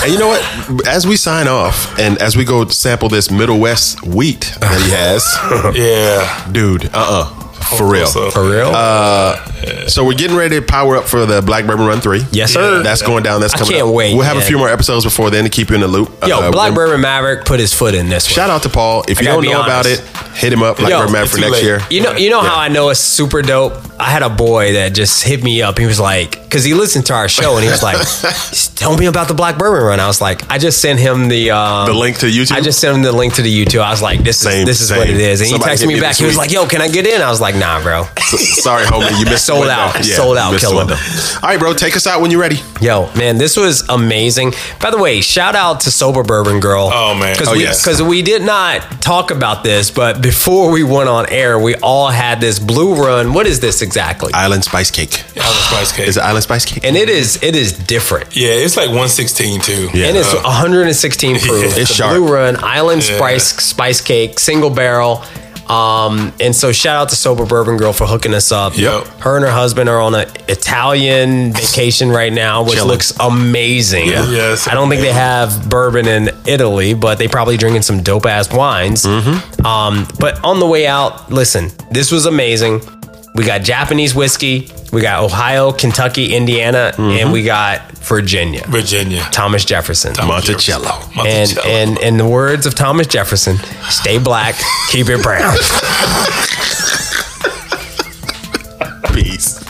Speaker 2: and you know what? As we sign off and as we go sample this Middle West wheat that he has,
Speaker 3: Yeah,
Speaker 2: dude. Uh uh For real. Uh,
Speaker 3: So-
Speaker 4: For real?
Speaker 2: So we're getting ready to power up for the Black Bourbon Run Three.
Speaker 4: Yes, sir.
Speaker 2: That's going down. That's
Speaker 4: I
Speaker 2: coming.
Speaker 4: can't
Speaker 2: up.
Speaker 4: wait,
Speaker 2: We'll have a
Speaker 4: man.
Speaker 2: few more episodes before then to keep you in the loop.
Speaker 4: Yo,
Speaker 2: Uh,
Speaker 4: Black
Speaker 2: when-
Speaker 4: Bourbon Maverick put his foot in this.
Speaker 2: Shout
Speaker 4: one.
Speaker 2: out to Paul. If you
Speaker 4: gotta
Speaker 2: don't
Speaker 4: be
Speaker 2: know about
Speaker 4: honest.
Speaker 2: it, hit him up. Black
Speaker 4: Yo,
Speaker 2: Bourbon Maverick
Speaker 3: it's
Speaker 2: for
Speaker 3: too
Speaker 2: next
Speaker 3: late.
Speaker 2: year.
Speaker 4: You know, you know how I know it's super dope. I had a boy that just hit me up. He was like, because he listened to our show and he was like, "Just "Tell me about the Black Bourbon Run." I was like, I just sent him the um,
Speaker 2: The link to YouTube?
Speaker 4: I just sent him the link to the YouTube. I was like, this is
Speaker 2: Same,
Speaker 4: this is
Speaker 2: same.
Speaker 4: what it is. And
Speaker 2: Somebody
Speaker 4: he
Speaker 2: hit
Speaker 4: texted me
Speaker 2: me
Speaker 4: back.
Speaker 2: this
Speaker 4: He was
Speaker 2: week.
Speaker 4: like, Yo, can I get in? I was like, Nah, bro.
Speaker 2: So- sorry, homie. You missed the
Speaker 4: Sold
Speaker 2: window.
Speaker 4: out. Sold out,
Speaker 2: missed the
Speaker 4: killer.
Speaker 2: window. All right, bro. Take us out when you're ready.
Speaker 4: Yo, man, this was amazing. By the way, shout out to Sober Bourbon Girl.
Speaker 3: Oh, man.
Speaker 4: because
Speaker 3: Oh,
Speaker 4: we,
Speaker 2: yes.
Speaker 4: 'cause we did not talk about this, but before we went on air, we all had this blue run. What is this exactly?
Speaker 2: Island spice cake.
Speaker 3: I have a spice cake.
Speaker 2: Is it island spice cake?
Speaker 4: and it is it is different.
Speaker 3: yeah, it's like one sixteen too. Uh,
Speaker 2: Yeah. Uh,
Speaker 4: And it's 116 proof.
Speaker 2: It's
Speaker 4: The
Speaker 2: sharp.
Speaker 4: Blue Run Island
Speaker 3: Yeah.
Speaker 4: Spice Spice Cake single barrel. Um, and so shout out to Sober Bourbon Girl for hooking us up.
Speaker 3: Yep.
Speaker 4: Her and her husband are on an Italian vacation right now, which
Speaker 2: Chilling.
Speaker 4: looks amazing.
Speaker 2: Yeah.
Speaker 3: Yeah, it's
Speaker 4: I don't think they have bourbon in Italy, but they probably drinking some dope ass wines.
Speaker 2: Mm-hmm.
Speaker 4: Um, but on the way out, listen, this was amazing. We got Japanese whiskey, we got Ohio, Kentucky, Indiana,
Speaker 2: Mm-hmm.
Speaker 4: and we got Virginia.
Speaker 3: Virginia.
Speaker 4: Thomas Jefferson.
Speaker 2: Monticello.
Speaker 4: and,
Speaker 3: Monticello.
Speaker 4: and in the words of Thomas Jefferson, stay black, keep it brown.
Speaker 2: Peace.